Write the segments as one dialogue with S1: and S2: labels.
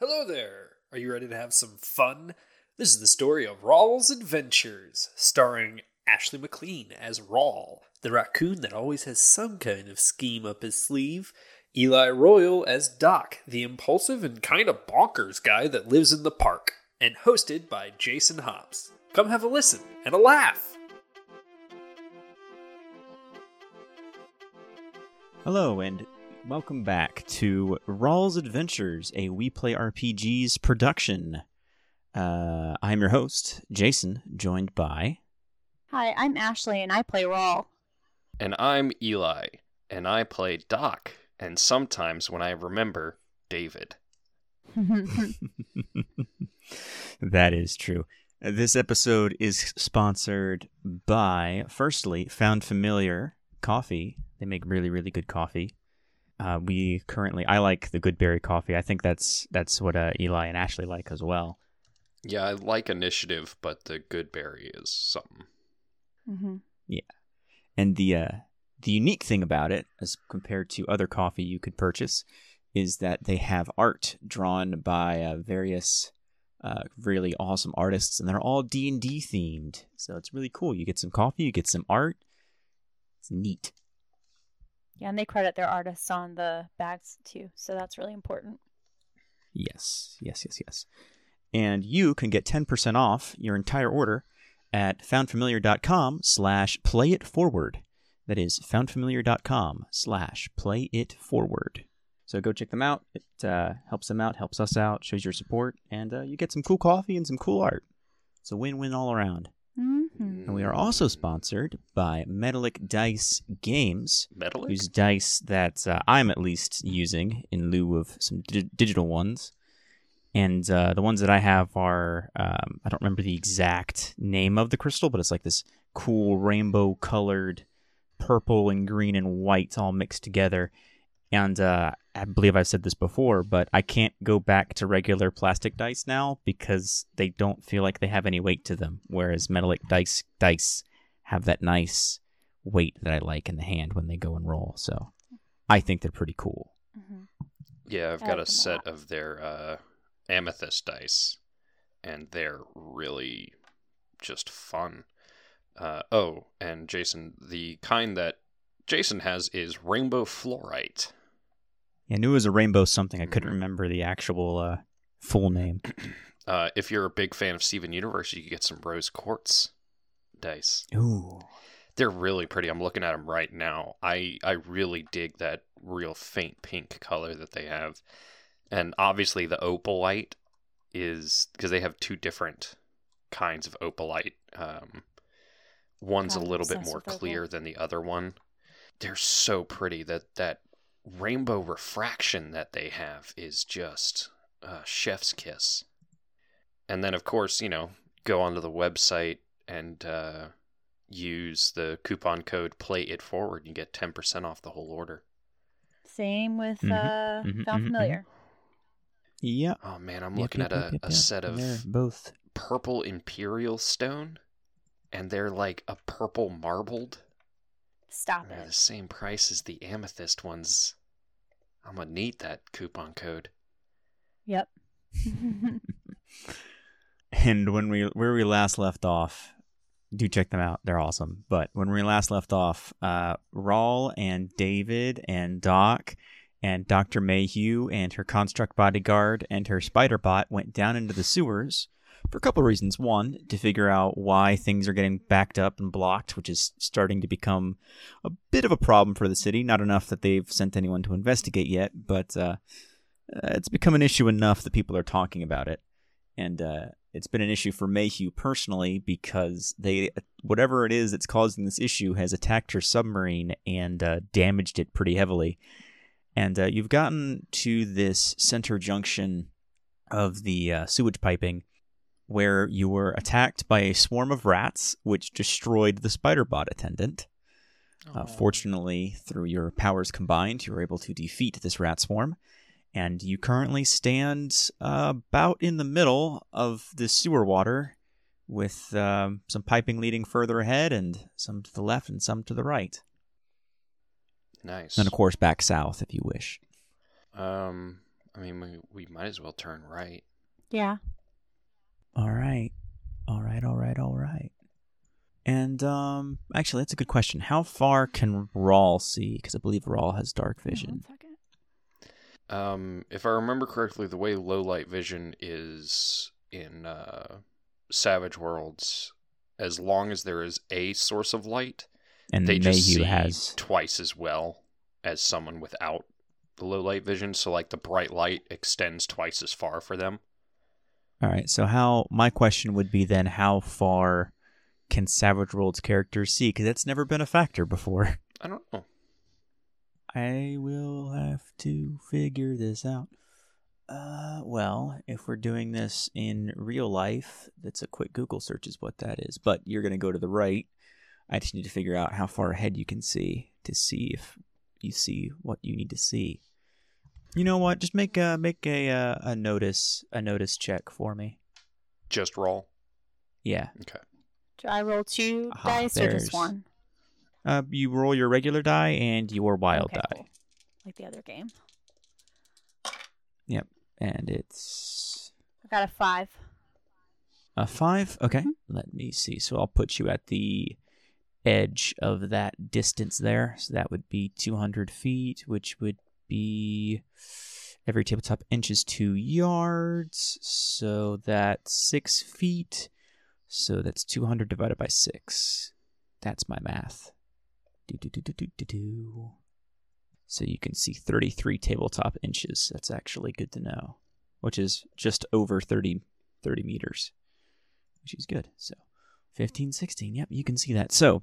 S1: Hello there! Are you ready to have some fun? This is the story of Rawl's Adventures, starring Ashley McLean as Rawl, the raccoon that always has some kind of scheme up his sleeve, Eli Royal as Doc, the impulsive and kind of bonkers guy that lives in the park, and hosted by Jason Hobbs. Come have a listen and a laugh!
S2: Hello, and welcome back to Rawls Adventures, a We Play RPGs production. Uh, I'm your host, Jason, joined by.
S3: Hi, I'm Ashley and I play Rawl.
S4: And I'm Eli, and I play Doc, and sometimes when I remember, David.
S2: that is true. This episode is sponsored by, firstly, Found Familiar Coffee. They make really, really good coffee. Uh, we currently, I like the Goodberry coffee. I think that's that's what uh, Eli and Ashley like as well.
S4: Yeah, I like initiative, but the good berry is something.
S3: mm-hmm.
S2: And the uh, the unique thing about it, as compared to other coffee you could purchase, is that they have art drawn by uh, various uh, really awesome artists, and they're all D and D themed. So it's really cool. You get some coffee, you get some art. It's neat.
S3: Yeah, and they credit their artists on the bags too, so that's really important.
S2: Yes, yes, yes, yes. And you can get 10% off your entire order at foundfamiliar.com slash play it forward. That is foundfamiliar.com slash play it forward. So go check them out. It uh, helps them out, helps us out, shows your support, and uh, you get some cool coffee and some cool art. It's a win-win all around.
S3: Mm-hmm.
S2: And we are also sponsored by Metalic Dice Games,
S4: Metallic?
S2: whose dice that uh, I'm at least using in lieu of some dig- digital ones. And uh, the ones that I have are, um, I don't remember the exact name of the crystal, but it's like this cool rainbow colored purple and green and white all mixed together. And uh, I believe I've said this before, but I can't go back to regular plastic dice now because they don't feel like they have any weight to them. Whereas metallic dice dice have that nice weight that I like in the hand when they go and roll. So I think they're pretty cool.
S3: Mm-hmm.
S4: Yeah, I've
S3: I
S4: got
S3: like them a
S4: a
S3: lot.
S4: set of their uh, amethyst dice, and they're really just fun. Uh, oh, and Jason, the kind that Jason has is rainbow fluorite.
S2: Yeah, I knew it was a rainbow something. I couldn't
S4: Mhm.
S2: remember the actual uh, full name.
S4: Uh, if you're a big fan of Steven Universe, you can get some rose quartz dice.
S2: Ooh.
S4: They're really pretty. I'm looking at them right now. I I really dig that real faint pink color that they have, and obviously the opalite is because they have two different kinds of opalite. Um, one's a
S3: I'm
S4: little bit
S3: obsessed
S4: more
S3: with opal.
S4: clear than the other one. They're so pretty that that rainbow refraction that they have is just uh, chef's kiss. And then of course you know go onto the website and. Uh, use the coupon code play it forward and you get 10% off the whole order
S3: Same with
S2: Mhm,
S3: uh,
S2: mhm,
S3: Found
S2: mhm,
S3: Familiar.
S2: Yeah.
S4: oh man i'm looking at a, a set of
S2: They're both.
S4: purple imperial stone and they're like a purple marbled
S3: Stop
S4: and they're the
S3: it.
S4: same price as the amethyst ones i'm gonna need that coupon code
S3: Yep.
S2: And when we where we last left off, do check them out. They're awesome. But when we last left off, uh, Rawl and David and Doc and Dr. Mayhew and her construct bodyguard and her spider bot went down into the sewers for a couple of reasons. One, to figure out why things are getting backed up and blocked, which is starting to become a bit of a problem for the city. Not enough that they've sent anyone to investigate yet, but uh, uh, it's become an issue enough that people are talking about it and uh, it's been an issue for Mayhew personally because they whatever it is that's causing this issue has attacked her submarine and uh, damaged it pretty heavily. And uh, you've gotten to this center junction of the uh, sewage piping where you were attacked by a swarm of rats, which destroyed the spider bot attendant. Uh, fortunately, through your powers combined, you were able to defeat this rat swarm, and you currently stand uh, about in the middle of the sewer water, with um, some piping leading further ahead, and some to the left and some to the right,
S4: nice
S2: and of course back south if you wish.
S4: um I mean, we, we might as well turn right.
S3: Yeah.
S2: All right. All right, all right, all right. And um actually that's a good question. How far can Rawl see? Cuz I believe Rawl has dark
S3: Hang on
S2: vision.
S3: one second.
S4: Um, if I remember correctly, the way low light vision is in uh, Savage Worlds, as long as there is a source of light,
S2: And
S4: they
S2: Mayhew
S4: just see
S2: has
S4: twice as well as someone without the low light vision. So like the bright light extends twice as far for them.
S2: All right. So how my question would be then how far can Savage World's characters see cuz that's never been a factor before.
S4: I don't know.
S2: I will have to figure this out. Uh, well, if we're doing this in real life, that's a quick Google search, is what that is. But you're going to go to the right. I just need to figure out how far ahead you can see to see if you see what you need to see. You know what? Just make a make a uh, a notice a notice check for me.
S4: Just roll.
S2: Yeah.
S4: Okay.
S3: Do I roll two
S2: Aha,
S3: dice or
S2: Ah, there's-
S3: just one?
S2: Uh, you roll your regular die and your wild
S3: Okay,
S2: die,
S3: cool. Like the other game.
S2: and it's
S3: I got a five.
S2: A five? Okay. Let me see. So I'll put you at the edge of that distance there. So that would be 200 feet, which would be every tabletop inch is two yards. So that's six feet. So that's 200 divided by six. That's my math. Do, do, do, do, do, do, do. So you can see 33 tabletop inches. That's actually good to know, which is just over 30, 30 meters which is good. So 15, 16. Yep, you can see that. So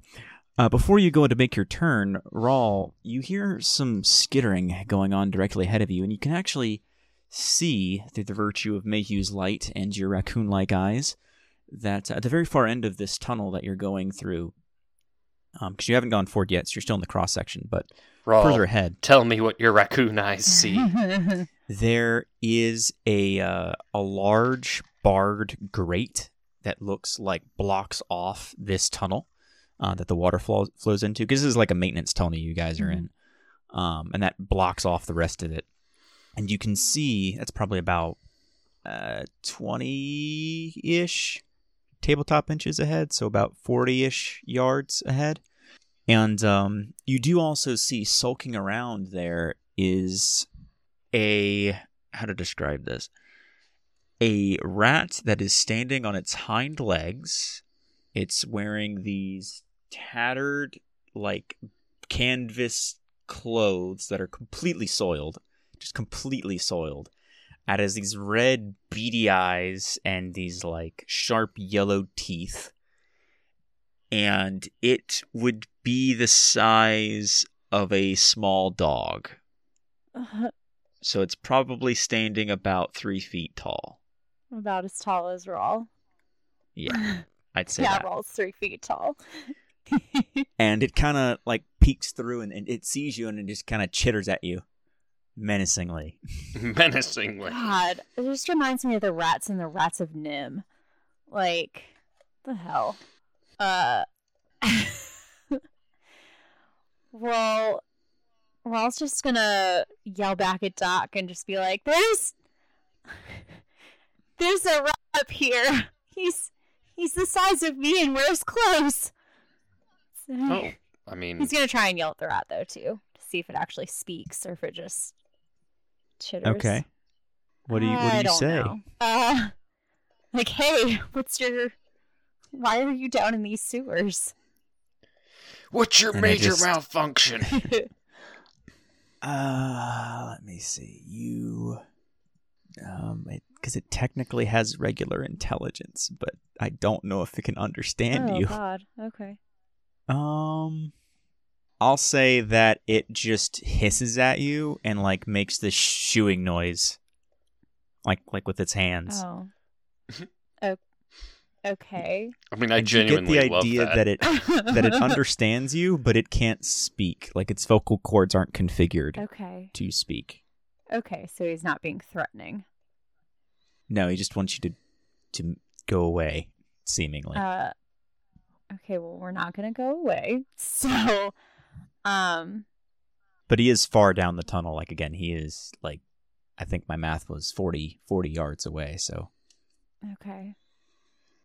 S2: uh, before you go to make your turn, Rawl, you hear some skittering going on directly ahead of you, and you can actually see through the virtue of Mayhew's light and your raccoon like eyes that at the very far end of this tunnel that you're going through, because you haven't gone forward yet, so you're still in the cross section, but further
S4: Roll.
S2: ahead,
S4: Tell me what your raccoon eyes see.
S2: there is a uh, a large barred grate that looks like blocks off this tunnel uh, that the water flows flows into. Because this is like a maintenance tunnel you guys are in, um, and that blocks off the rest of it. And you can see that's probably about uh, twenty ish tabletop inches ahead, so about forty ish yards ahead. And um, you do also see sulking around there is a how to describe this a rat that is standing on its hind legs it's wearing these tattered like canvas clothes that are completely soiled just completely soiled it has these red beady eyes and these like sharp yellow teeth and it would be the size of a small dog so it's probably standing about three feet tall.
S3: About as tall as Rawl.
S2: Yeah, I'd say
S3: yeah,
S2: that.
S3: Rawl's three feet tall.
S2: And it kind of like peeks through and, and it sees you and it just kind of chitters at you menacingly.
S4: Menacingly.
S3: God, it just reminds me of the rats and the rats of Nim. Like, the hell. Uh, well, Rawl's just gonna yell back at Doc and just be like, "There's, there's a rat up here. He's, he's the size of me and wears clothes." So-
S4: Oh, I mean,
S3: He's gonna try and yell at the rat though too, to see if it actually speaks or if it just chitters.
S2: What do you What do
S3: I
S2: you
S3: don't
S2: say?
S3: know. Uh, like, hey, what's your? Why are you down in these sewers?
S4: what's your
S2: And I
S4: major
S2: just-
S4: malfunction?
S2: Uh, let me see. You, um, because it, technically has regular intelligence, but I don't know if it can understand
S3: oh
S2: you.
S3: God. Okay.
S2: Um, I'll say that it just hisses at you and like makes this shooing noise, like like with its hands.
S3: Oh. o- okay.
S4: I mean, I
S2: And
S4: genuinely
S2: you get the idea
S4: love that.
S2: that. it that it understands you, but it can't speak. Like its vocal cords aren't configured
S3: okay.
S2: to speak.
S3: Okay. So he's not being threatening.
S2: No, he just wants you to to go away, seemingly.
S3: Uh, okay. Well, we're not gonna go away. So, um.
S2: but he is far down the tunnel. Like again, he is like I think my math was 40, 40 yards away. So
S3: Okay.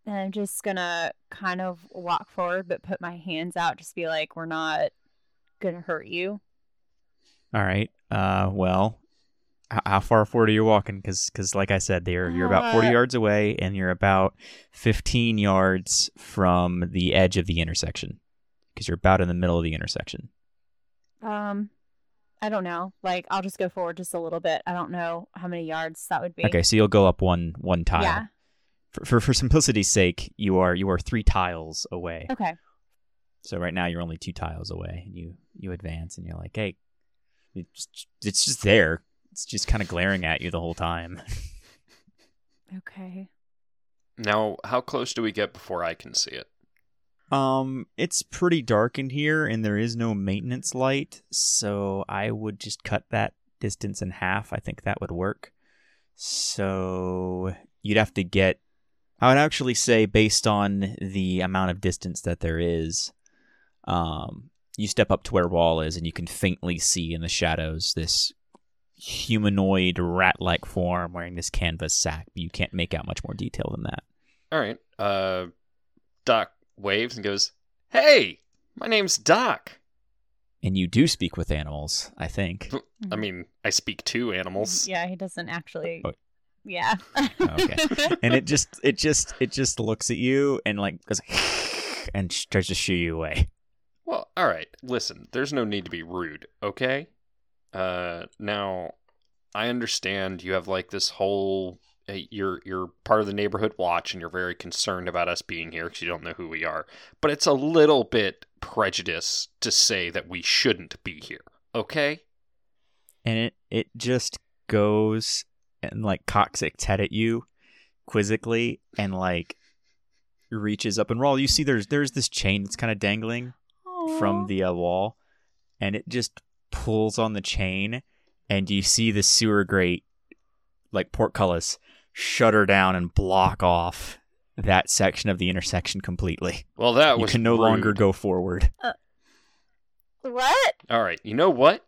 S3: And I'm just gonna kind of walk forward, but put my hands out, just be like, "We're not gonna hurt you."
S2: all right. Uh, well, h- how far forward are you walking? Because like I said, there you're about forty
S3: Uh,
S2: yards away, and you're about fifteen yards from the edge of the intersection because you're about in the middle of the intersection.
S3: Um, I don't know. Like, I'll just go forward just a little bit. I don't know how many yards that would be.
S2: Okay, so you'll go up one one tile.
S3: Yeah.
S2: For, for for simplicity's sake, you are you are three tiles away.
S3: Okay.
S2: So right now you're only two tiles away, and you you advance, and you're like, hey, it's it's just there. It's just kind of glaring at you the whole time.
S3: Okay.
S4: Now, how close do we get before I can see it?
S2: Um, it's pretty dark in here, and there is no maintenance light, so I would just cut that distance in half. I think that would work. So you'd have to get. I would actually say, based on the amount of distance that there is, um, you step up to where Wall is, and you can faintly see in the shadows this humanoid rat-like form wearing this canvas sack. But you can't make out much more detail than that.
S4: All right. Uh, Doc waves and goes, "Hey, my name's Doc.
S2: And you do speak with animals, I think.
S4: I mean, I speak to animals.
S3: Yeah, he doesn't actually.
S2: Oh.
S3: Yeah.
S2: Okay. and it just it just it just looks at you and like goes and sh- tries to shoo you away.
S4: Well, all right. Listen, there's no need to be rude, okay? Uh, now, I understand you have like this whole uh, you're you're part of the neighborhood watch, and you're very concerned about us being here because you don't know who we are. But it's a little bit prejudice to say that we shouldn't be here, okay?
S2: And it it just goes and like cocks its head at you quizzically and like reaches up and roll. You see, there's there's this chain that's kind of dangling from the uh, wall, and it just pulls on the chain, and you see the sewer grate, like portcullis, shutter down and block off that section of the intersection completely.
S4: Well, that
S2: You
S4: was
S2: can no
S4: rude.
S2: longer go forward.
S3: what?
S4: All right. You know what?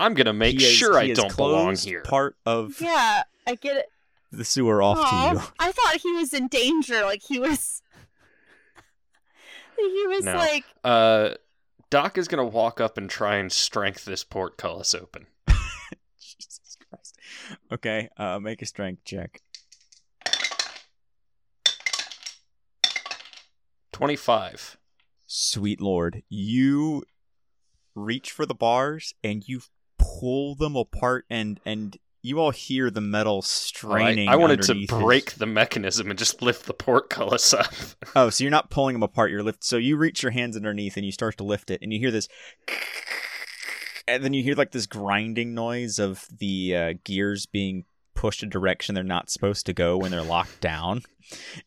S4: I'm gonna make
S2: He has-
S4: sure
S2: he
S4: I
S2: has
S4: don't belong
S2: closed
S4: here.
S2: Part of
S3: Yeah, I get it.
S2: the sewer off
S3: Aw,
S2: to you.
S3: I thought he was in danger. Like he was. he was
S4: No.
S3: like,
S4: Uh, Doc is gonna walk up and try and strength this portcullis open.
S2: Jesus Christ. Okay, uh, make a strength check.
S4: 25.
S2: Sweet Lord, you reach for the bars and you pull them apart, and and you all hear the metal straining.
S4: I, I wanted to
S2: underneath his-
S4: break the mechanism and just lift the portcullis up.
S2: Oh, so you're not pulling them apart. You're lift. So you reach your hands underneath and you start to lift it, and you hear this, and then you hear like this grinding noise of the uh, gears being pushed a direction they're not supposed to go when they're locked down,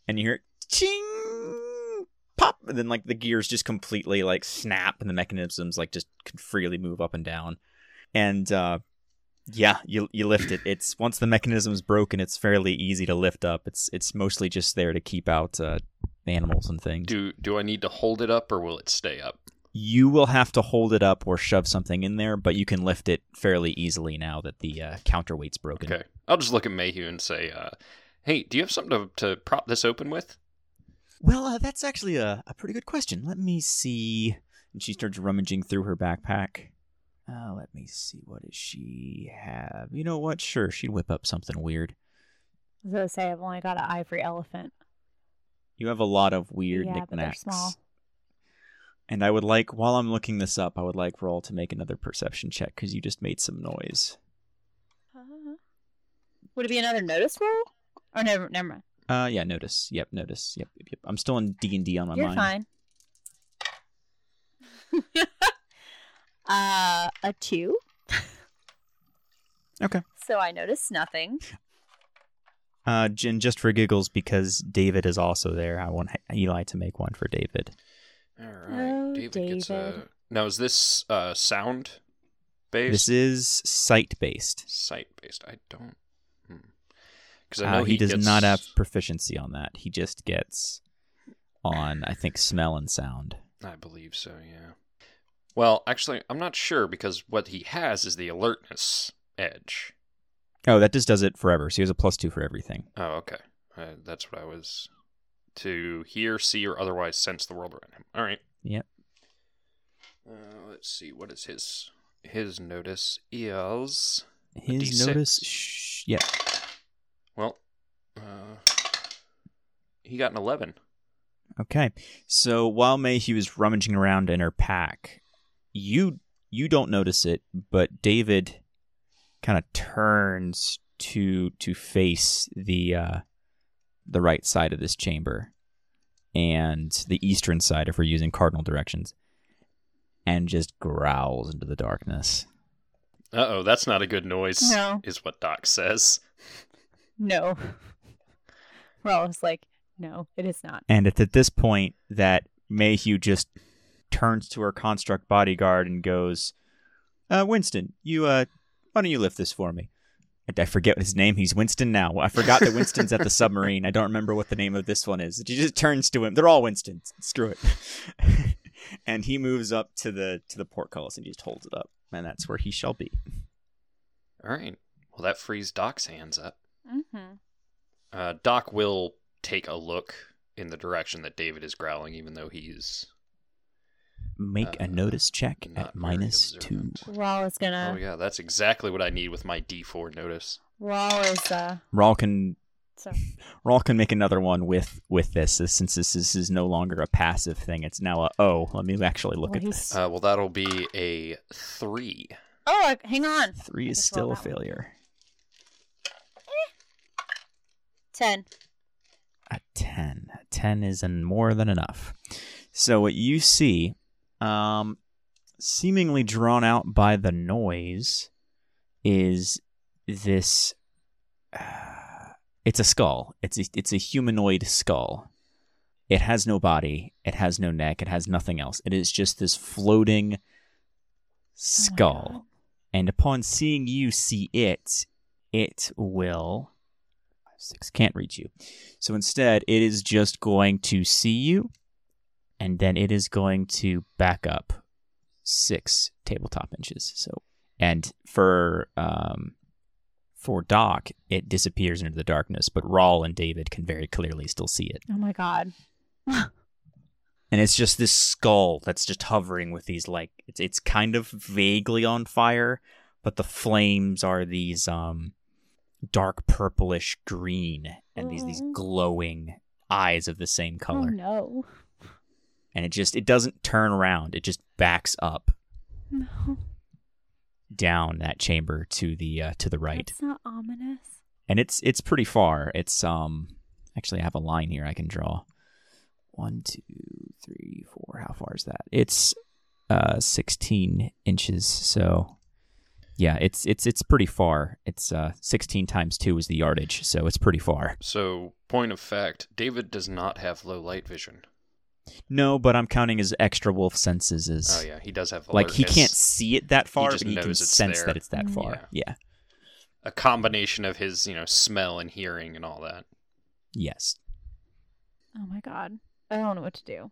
S2: and you hear it, ching pop, and then like the gears just completely like snap, and the mechanisms like just can freely move up and down, and uh, yeah, you you lift it. It's once the mechanism's broken, it's fairly easy to lift up. It's it's mostly just there to keep out uh, animals and things.
S4: do do I need to hold it up or will it stay up?
S2: You will have to hold it up or shove something in there, but you can lift it fairly easily now that the uh, counterweight's broken.
S4: Okay. I'll just look at Mayhew and say, uh, hey, do you have something to, to prop this open with?
S2: Well, uh, that's actually a, a pretty good question. Let me see. And she starts rummaging through her backpack. Uh, let me see. What does she have? You know what? Sure, she'd whip up something weird.
S3: I was gonna say I've only got an ivory elephant.
S2: You have a lot of weird
S3: yeah, but they're
S2: knickknacks.
S3: small.
S2: And I would like, while I'm looking this up, I would like for all to make another perception check because you just made some noise.
S3: Uh, Would it be another notice roll? Or never, never mind.
S2: Uh, yeah, notice. Yep, notice. Yep, yep. yep. I'm still in D and D on my
S3: You're
S2: mind.
S3: fine. uh, a two.
S2: Okay.
S3: So I noticed nothing.
S2: Uh, and just for giggles, because David is also there, I want Eli to make one for David.
S4: All
S3: Oh, David.
S4: a. Now, is this uh, sound
S2: This
S4: based?
S2: is sight based.
S4: Sight based? I don't. Because I know
S2: Uh, he, does
S4: gets-
S2: not have proficiency on that. He just gets on, I think, smell and sound.
S4: I believe so, yeah. Well, actually, I'm not sure because what he has is the alertness edge.
S2: Oh, that just does it forever. So he has a plus two for everything.
S4: Oh, okay. Uh, that's what I was. To hear, see, or otherwise sense the world around him. All right.
S2: Yep.
S4: Uh, let's see. What is his his notice? Is
S2: His
S4: D6.
S2: notice. Sh- yeah.
S4: well, uh, he got an eleven.
S2: Okay. So while Mayhew is rummaging around in her pack, you you don't notice it, but David kind of turns to to face the uh, the right side of this chamber and the eastern side if we're using cardinal directions, and just growls into the darkness.
S4: Uh oh, that's not a good noise.
S3: No.
S4: Is what Doc says.
S3: No. Rawl is like, no, it is not.
S2: And it's at this point that Mayhew just turns to her construct bodyguard and goes, uh, "Winston, you, uh, why don't you lift this for me?" And I forget his name. He's Winston now. I forgot that Winston's at the submarine. I don't remember what the name of this one is. She just turns to him. They're all Winston. Screw it. and he moves up to the to the portcullis and just holds it up, and that's where he shall be.
S4: All right. Well, that frees Doc's hands up.
S3: Mm-hmm.
S4: Uh, Doc will take a look in the direction that David is growling, even though he's
S2: Make
S4: Uh,
S2: a notice check
S4: not
S2: at
S4: very
S2: minus two.
S4: observant.
S3: Rawl is
S4: Oh
S3: gonna.
S4: yeah, that's exactly what I need with my D4 notice.
S3: Rawl is uh.
S2: Rawl can
S3: So
S2: Rawl can make another one with with this uh, since this, this is no longer a passive thing. It's now a oh, let me actually look
S3: Well,
S2: at
S3: he's-
S2: this.
S4: Uh, well, that'll be a three.
S3: oh, uh, hang on.
S2: Three is
S3: just
S2: still
S3: roll
S2: a
S3: that one.
S2: failure.
S3: Ten.
S2: A ten. A ten is an more than enough. So what you see, um, seemingly drawn out by the noise, is this. Uh, it's a skull. It's a, it's a humanoid skull. It has no body. It has no neck. It has nothing else. It is just this floating skull.
S3: God.
S2: and upon seeing you see it, it will. five, Six can't reach you. So instead, it is just going to see you, and then it is going to back up six tabletop inches. So, and for um, for Doc, it disappears into the darkness. But Rawl and David can very clearly still see it
S3: Oh my god.
S2: and it's just this skull that's just hovering with these like it's it's kind of vaguely on fire, but the flames are these um dark purplish green and these these
S3: Mhm.
S2: glowing eyes of the same
S3: Oh
S2: color.
S3: no.
S2: And it just it doesn't turn around, it just backs up
S3: No.
S2: down that chamber to the uh, to the right.
S3: It's not ominous.
S2: and it's it's pretty far. It's um actually I have a line here I can draw. One, two, three, four. How far is that? It's uh sixteen inches. So yeah, it's it's it's pretty far. It's uh sixteen times two is the yardage, so it's pretty far.
S4: So, point of fact, David does not have low light vision.
S2: No, but I'm counting his extra wolf senses as
S4: Oh yeah, he does have
S2: like he
S4: alertness.
S2: can't see it that far,
S4: just
S2: but he can
S4: knows it's
S2: sense
S4: there.
S2: that it's that
S3: Mm.
S2: far. yeah.
S4: A combination of his, you know, smell and hearing and all that.
S2: Yes.
S3: Oh my god. I don't know what to do.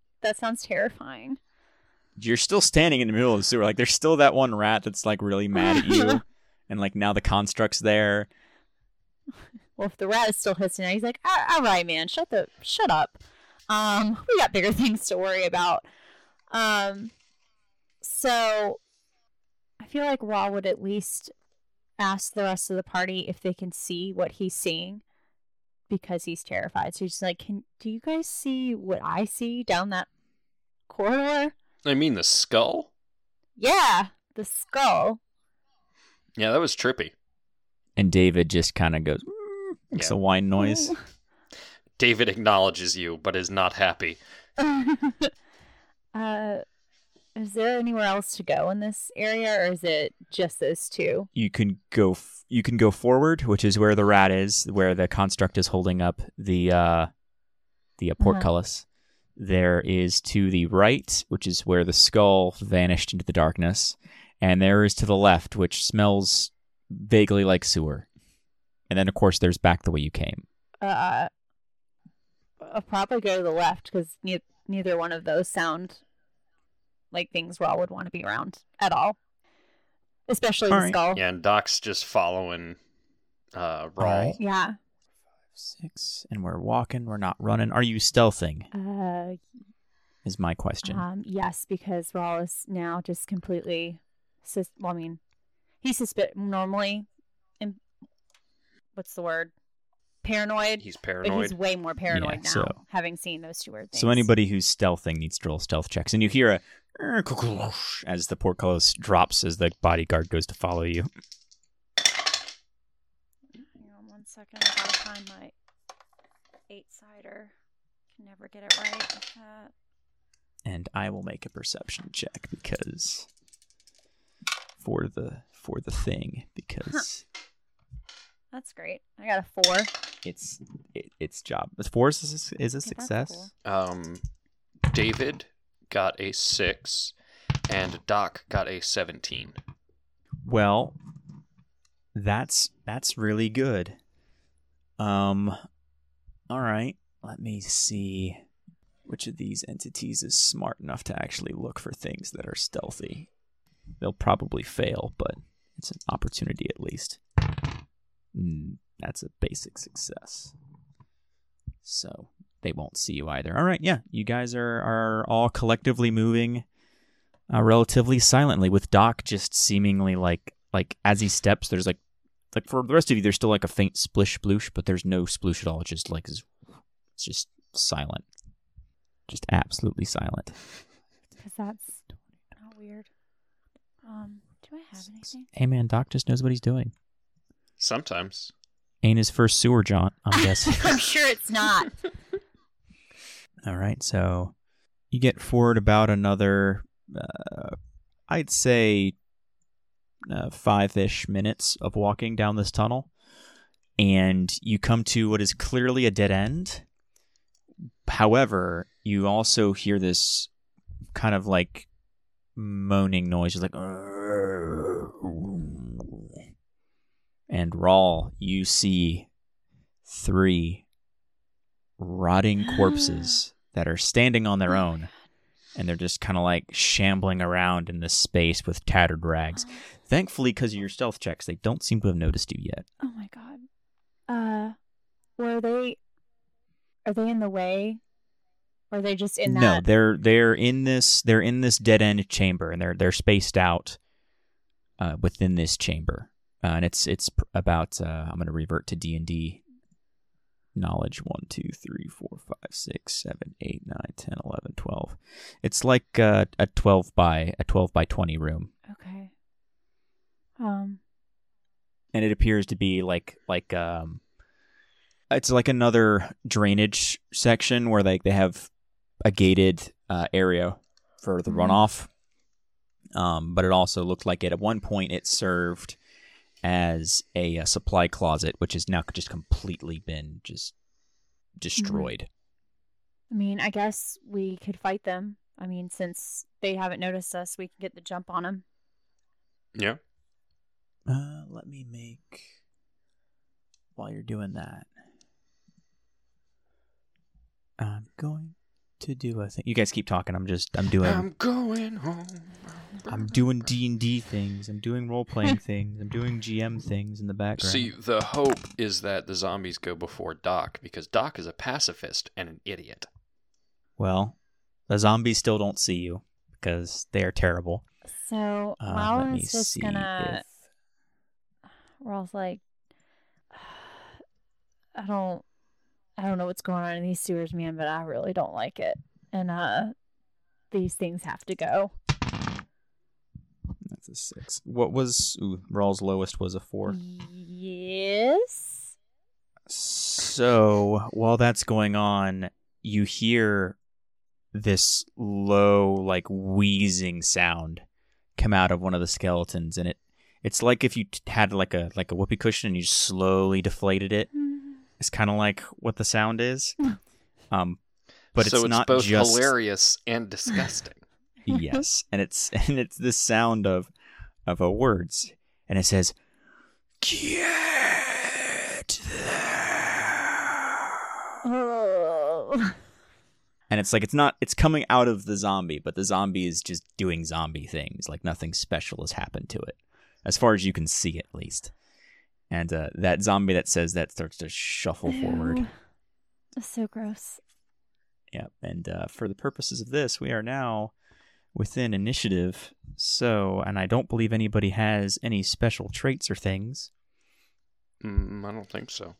S3: that sounds terrifying.
S2: you're still standing in the middle of the sewer. Like there's still that one rat that's like really mad at you, and like now the construct's there.
S3: Well, if the rat is still hissing, out, he's like, "All- "All right, man, shut the shut up. Um, we got bigger things to worry about." Um, so I feel like Raw would at least ask the rest of the party if they can see what he's seeing because he's terrified. So he's just like, "Can do you guys see what I see down that corridor?"
S4: I mean, the skull.
S3: Yeah, the skull.
S4: Yeah, that was trippy.
S2: And David just kind of goes, "Mm," makes
S4: Yeah.
S2: a whine noise.
S3: Mm.
S4: David acknowledges you, but is not happy.
S3: uh, is there anywhere else to go in this area, or is it just those two?
S2: You can go, f- you can go forward, which is where the rat is, where the construct is holding up the uh, the uh,
S3: Uh-huh.
S2: portcullis. There is to the right, which is where the skull vanished into the darkness, and there is to the left, which smells vaguely like sewer. And then, of course, there's back the way you came.
S3: Uh, I'll probably go to the left because ne- neither one of those sound like things Raw would want to be around at all. especially
S2: All
S3: the
S2: right.
S3: skull.
S4: Yeah, and Doc's just following uh Rawl.
S2: right.
S3: Yeah.
S2: Six. And we're walking. We're not running. Are you stealthing?
S3: Uh,
S2: Is my question.
S3: Um, yes, because Rawl is now just completely. Sus- well, I mean, he's susp- normally. In- what's the word? Paranoid.
S4: He's
S3: But
S4: paranoid.
S3: he's way more paranoid now,
S2: so-
S3: having seen those two word things.
S2: So anybody who's stealthing needs to roll stealth checks, and you hear a "Err-kukulosh" as the portcullis drops as the bodyguard goes to follow you.
S3: Hang on one second. I gotta find my eight cider. Can never get it right with that.
S2: And I will make a perception check because for the for the thing because
S3: That's great. I got a four.
S2: it's it, it's job. The force is is a
S3: Okay, that's
S2: success.
S3: cool.
S4: Um David got a 6 and Doc got a 17.
S2: Well, that's that's really good. Um all right, let me see which of these entities is smart enough to actually look for things that are stealthy. They'll probably fail, but it's an opportunity at least. Mm, that's a basic success. So, they won't see you either. All right, yeah, you guys are are all collectively moving uh, relatively silently, with Doc just seemingly like like as he steps, there's like like for the rest of you, there's still like a faint splish sploosh, but there's no sploosh at all. It's just like it's it's just silent, just absolutely silent.
S3: Because that's not weird. Um, do I have anything?
S2: Hey man, Doc just knows what he's doing.
S4: Sometimes.
S2: Ain't his first sewer jaunt, I'm guessing.
S3: I'm sure it's not.
S2: All right, so you get forward about another, uh, I'd say, uh, five ish minutes of walking down this tunnel, and you come to what is clearly a dead end. However, you also hear this kind of like moaning noise, just like. And Rawl, you see three rotting corpses that are standing on their own and they're just kind of like shambling around in this space with tattered rags. Thankfully, because of your stealth checks, they don't seem to have noticed you yet.
S3: Oh my god. Uh, were they? Are they in the way? Or are they just in
S2: no,
S3: that?
S2: they're they're in this they're in this dead end chamber, and they're they're spaced out uh, within this chamber, uh, and it's it's pr- about uh, I'm going to revert to D and D knowledge one two three four five six seven eight nine ten eleven twelve. It's like uh, a twelve by a twelve by twenty room.
S3: Okay. Um.
S2: and it appears to be like like um it's like another drainage section where like they have a gated uh, area for the
S3: Mhm.
S2: runoff um but it also looked like it at one point it served as a, uh supply closet which has now just completely been just destroyed
S3: I mean, I guess we could fight them. I mean, since they haven't noticed us, we can get the jump on them.
S4: Yeah.
S2: uh let me make while you're doing that i'm going to do a thing you guys keep talking i'm just i'm doing
S4: I'm going home.
S2: I'm doing D and D things. I'm doing role playing things. I'm doing GM things in the background.
S4: See, the hope is that the zombies go before Doc because Doc is a pacifist and an idiot.
S2: well, the zombies still don't see you because they are terrible.
S3: So
S2: Uh,
S3: Raul
S2: let me
S3: is just
S2: see.
S3: gonna.
S2: if-
S3: Raul's like, I don't, I don't know what's going on in these sewers, man, but I really don't like it, and uh, these things have to go.
S2: That's a six. What was ooh, Rawl's lowest was a four.
S3: Yes.
S2: So while that's going on, you hear this low, like wheezing sound come out of one of the skeletons, and it it's like if you t- had like a like a whoopee cushion and you just slowly deflated it. It's kind of like what the sound is. Um, but
S4: so
S2: it's,
S4: it's
S2: not
S4: both
S2: just
S4: hilarious and disgusting.
S2: yes, and it's and it's the sound of of a words, and it says, "Get there."
S3: Oh.
S2: and it's like it's not it's coming out of the zombie but the zombie is just doing zombie things like nothing special has happened to it as far as you can see at least. And uh, that zombie that says that starts to shuffle forward.
S3: Ew. That's so gross.
S2: Yep. And uh, for the purposes of this, we are now within initiative. So, and I don't believe anybody has any special traits or things.
S4: Mm, I don't think so.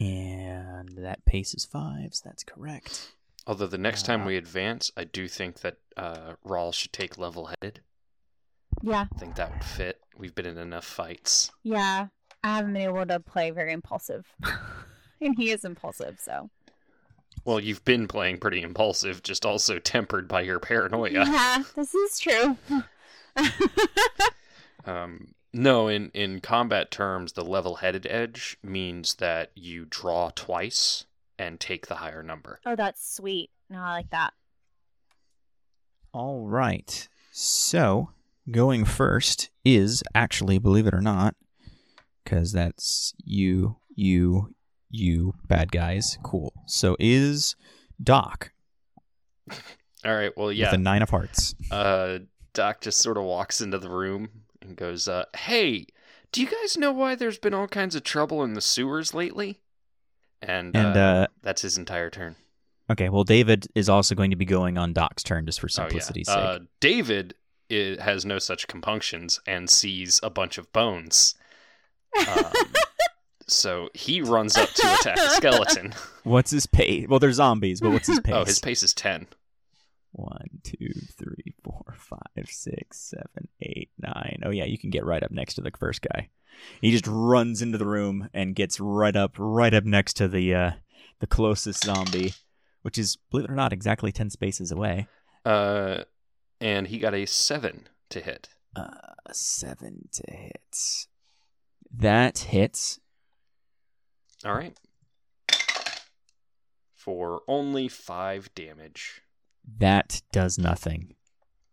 S2: And that pace is fives. That's correct.
S4: Although the next time
S2: Uh,
S4: we advance, I do think that uh, Rawl should take level headed.
S3: Yeah,
S4: I think that would fit. We've been in enough fights.
S3: yeah. I haven't been able to play very impulsive, and he is impulsive. So
S4: Well, you've been playing pretty impulsive, just also tempered by your paranoia.
S3: Oh, yeah, this is true.
S4: Um, no, in, in combat terms, the level headed edge means that you draw twice and take the higher number.
S3: oh, that's sweet. No, I like that.
S2: All right. So, going first is actually, believe it or not, because that's you, you, you, bad guys. Cool. So is Doc
S4: All right, well, yeah.
S2: with a nine of hearts.
S4: uh, Doc just sort of walks into the room and goes, uh, "Hey, do you guys know why there's been all kinds of trouble in the sewers lately?" And,
S2: And
S4: uh,
S2: uh,
S4: that's his entire turn.
S2: okay, well, David is also going to be going on Doc's turn just for simplicity's
S4: oh, yeah.
S2: sake.
S4: Uh, David i has no such compunctions and sees a bunch of bones. Um, so he runs up to attack the skeleton.
S2: What's his pace? Well, they're zombies, but what's his pace?
S4: Oh, his pace is 10.
S2: One, two, three, four, five, six, seven, eight, nine. Oh yeah, you can get right up next to the first guy. He just runs into the room and gets right up, right up next to the uh, the closest zombie, which is, believe it or not, exactly ten spaces away.
S4: Uh, and he got a 7 to hit.
S2: Uh, seven to hit. That hits.
S4: All right. For only 5 damage.
S2: That does nothing,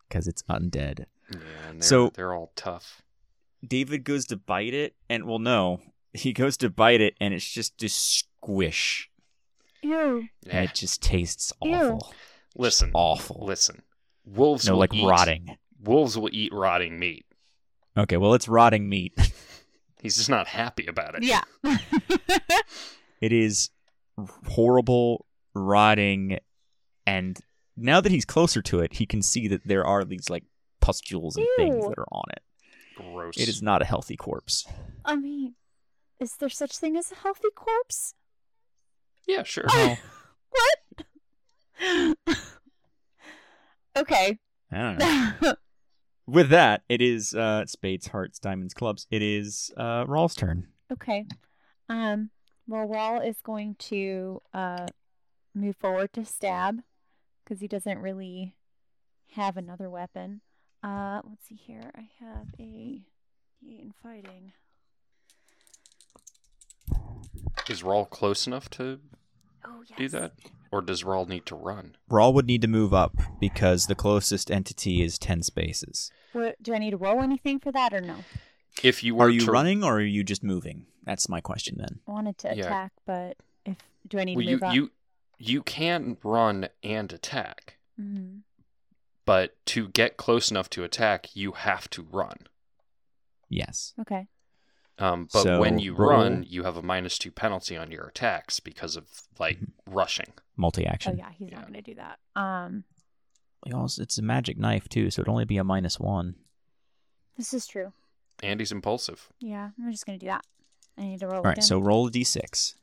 S2: because it's undead.
S4: Yeah, and they're,
S2: So-
S4: they're all tough.
S2: David goes to bite it, and well, no, he goes to bite it, and it's just a squish.
S3: Ew.
S2: and
S4: Eh,
S2: it just tastes
S3: Ew.
S2: awful.
S4: listen,
S2: Awful.
S4: listen. Wolves
S2: no,
S4: will
S2: like
S4: eat,
S2: rotting.
S4: Wolves will eat rotting meat.
S2: Okay, well, it's rotting meat.
S4: He's just not happy about it.
S3: Yeah.
S2: it is horrible, rotting, and now that he's closer to it, he can see that there are these like pustules and things
S3: Ew.
S2: that are on it.
S4: Gross.
S2: It is not a healthy corpse.
S3: I mean, is there such thing as a healthy corpse?
S4: Yeah, sure.
S2: Well,
S3: What? okay.
S2: I don't know. With that, it is uh, spades, hearts, diamonds, clubs. It is uh, Rawl's turn.
S3: okay. Um. Well, Rawl is going to uh move forward to stab because he doesn't really have another weapon. Uh, let's see here. I have a D8 in fighting.
S4: Is Rawl close enough to
S3: Oh yes.
S4: do that? Or does Rawl need to run?
S2: Rawl would need to move up because the closest entity is ten spaces.
S3: What, do I need to roll anything for that or no?
S4: If you were
S2: Are you
S4: to,
S2: running or are you just moving? That's my question then.
S3: I wanted to
S4: Yeah.
S3: attack, but if do I need
S4: Well,
S3: to
S4: you,
S3: move up?
S4: you you can run and attack,
S3: Mhm.
S4: but to get close enough to attack, you have to run.
S2: Yes.
S3: Okay. Oh,
S4: Um, but
S2: So,
S4: when you
S2: roll-
S4: run, you have a minus two penalty on your attacks because of like rushing.
S2: Multi
S3: Oh
S2: action.
S3: yeah, he's
S4: Yeah.
S3: not going to do that. Um,
S2: It's a magic knife too, so it'd only be a minus one.
S3: this is true.
S4: And he's impulsive.
S3: Yeah, I'm just going to do that. I need to roll.
S2: All right,
S3: again.
S2: so roll a d6.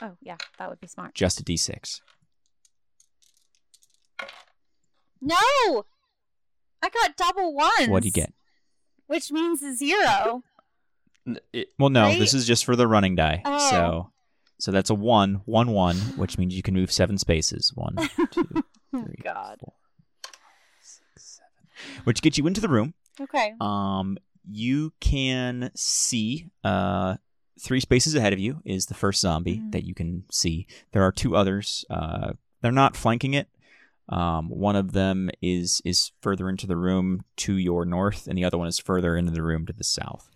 S3: oh yeah, that would be smart.
S2: Just a d6.
S3: no, I got double ones.
S2: What do you get?
S3: Which means a zero.
S4: N- it-
S2: Well, no,
S3: Right?
S2: this is just for the running die.
S3: Oh.
S2: So, so that's a one, one, one, which means you can move seven spaces. One, two,
S3: Oh,
S2: three,
S3: God.
S2: four, six, seven. Which gets you into the room.
S3: Okay.
S2: Um, you can see uh, three spaces ahead of you is the first zombie
S3: Mhm.
S2: that you can see. There are two others. Uh, they're not flanking it. Um, one of them is is further into the room to your north, and the other one is further into the room to the south.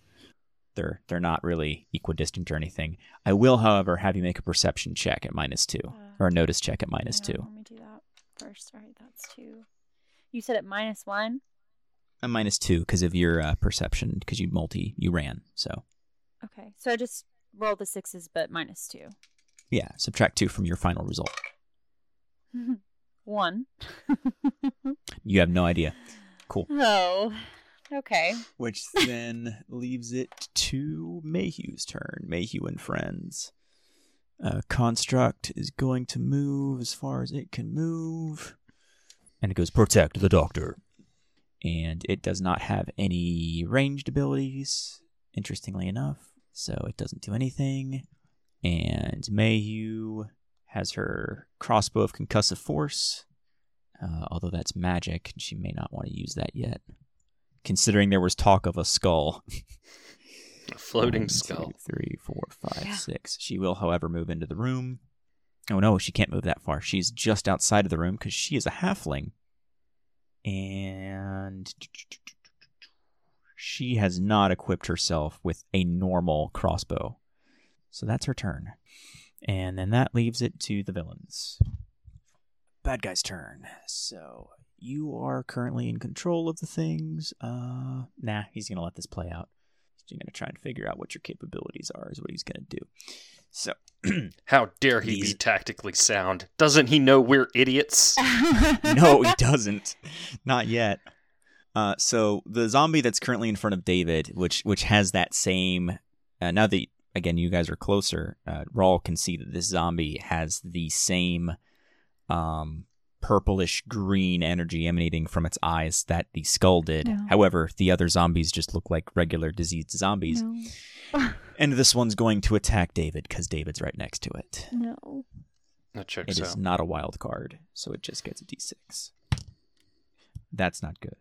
S2: They're they're not really equidistant or anything. I will, however, have you make a perception check at minus two or a notice check at minus
S3: Hang
S2: two.
S3: on, Let me do that first. All right, that's two. You said it minus one.
S2: a minus two because of your uh, perception because you multi you ran. So
S3: Okay, so I just rolled the sixes, but minus two.
S2: yeah, subtract two from your final result.
S3: One.
S2: You have no idea. Cool.
S3: Oh, okay.
S2: Which then leaves it to Mayhew's turn. Mayhew and friends. Uh, construct is going to move as far as it can move. And it goes protect the doctor. And it does not have any ranged abilities, interestingly enough. So it doesn't do anything. And Mayhew has her crossbow of concussive force. Uh, although that's magic, and she may not want to use that yet considering there was talk of a skull.
S4: A floating
S2: One, two,
S4: skull.
S2: three, four, five,
S3: Yeah.
S2: six. She will, however, move into the room. Oh no, she can't move that far. She's just outside of the room because she is a halfling. And she has not equipped herself with a normal crossbow. So that's her turn. And then that leaves it to the villains. Bad guy's turn. So you are currently in control of the things. Uh, nah, he's gonna let this play out. He's gonna try and figure out what your capabilities are. Is what he's gonna do. So
S4: How dare he
S2: He's-
S4: be tactically sound? Doesn't he know we're idiots?
S2: no, he doesn't. Not yet. Uh, so the zombie that's currently in front of David, which which has that same. Uh, now that again, you guys are closer. Uh, Rawl can see that this zombie has the same, um, purplish green energy emanating from its eyes that the skull did.
S3: No.
S2: However, the other zombies just look like regular diseased zombies,
S3: No.
S2: and this one's going to attack David because David's right next to it.
S3: no.
S4: That
S2: It
S4: checks
S2: is
S4: out.
S2: not a wild card, so it just gets a d6. That's not good.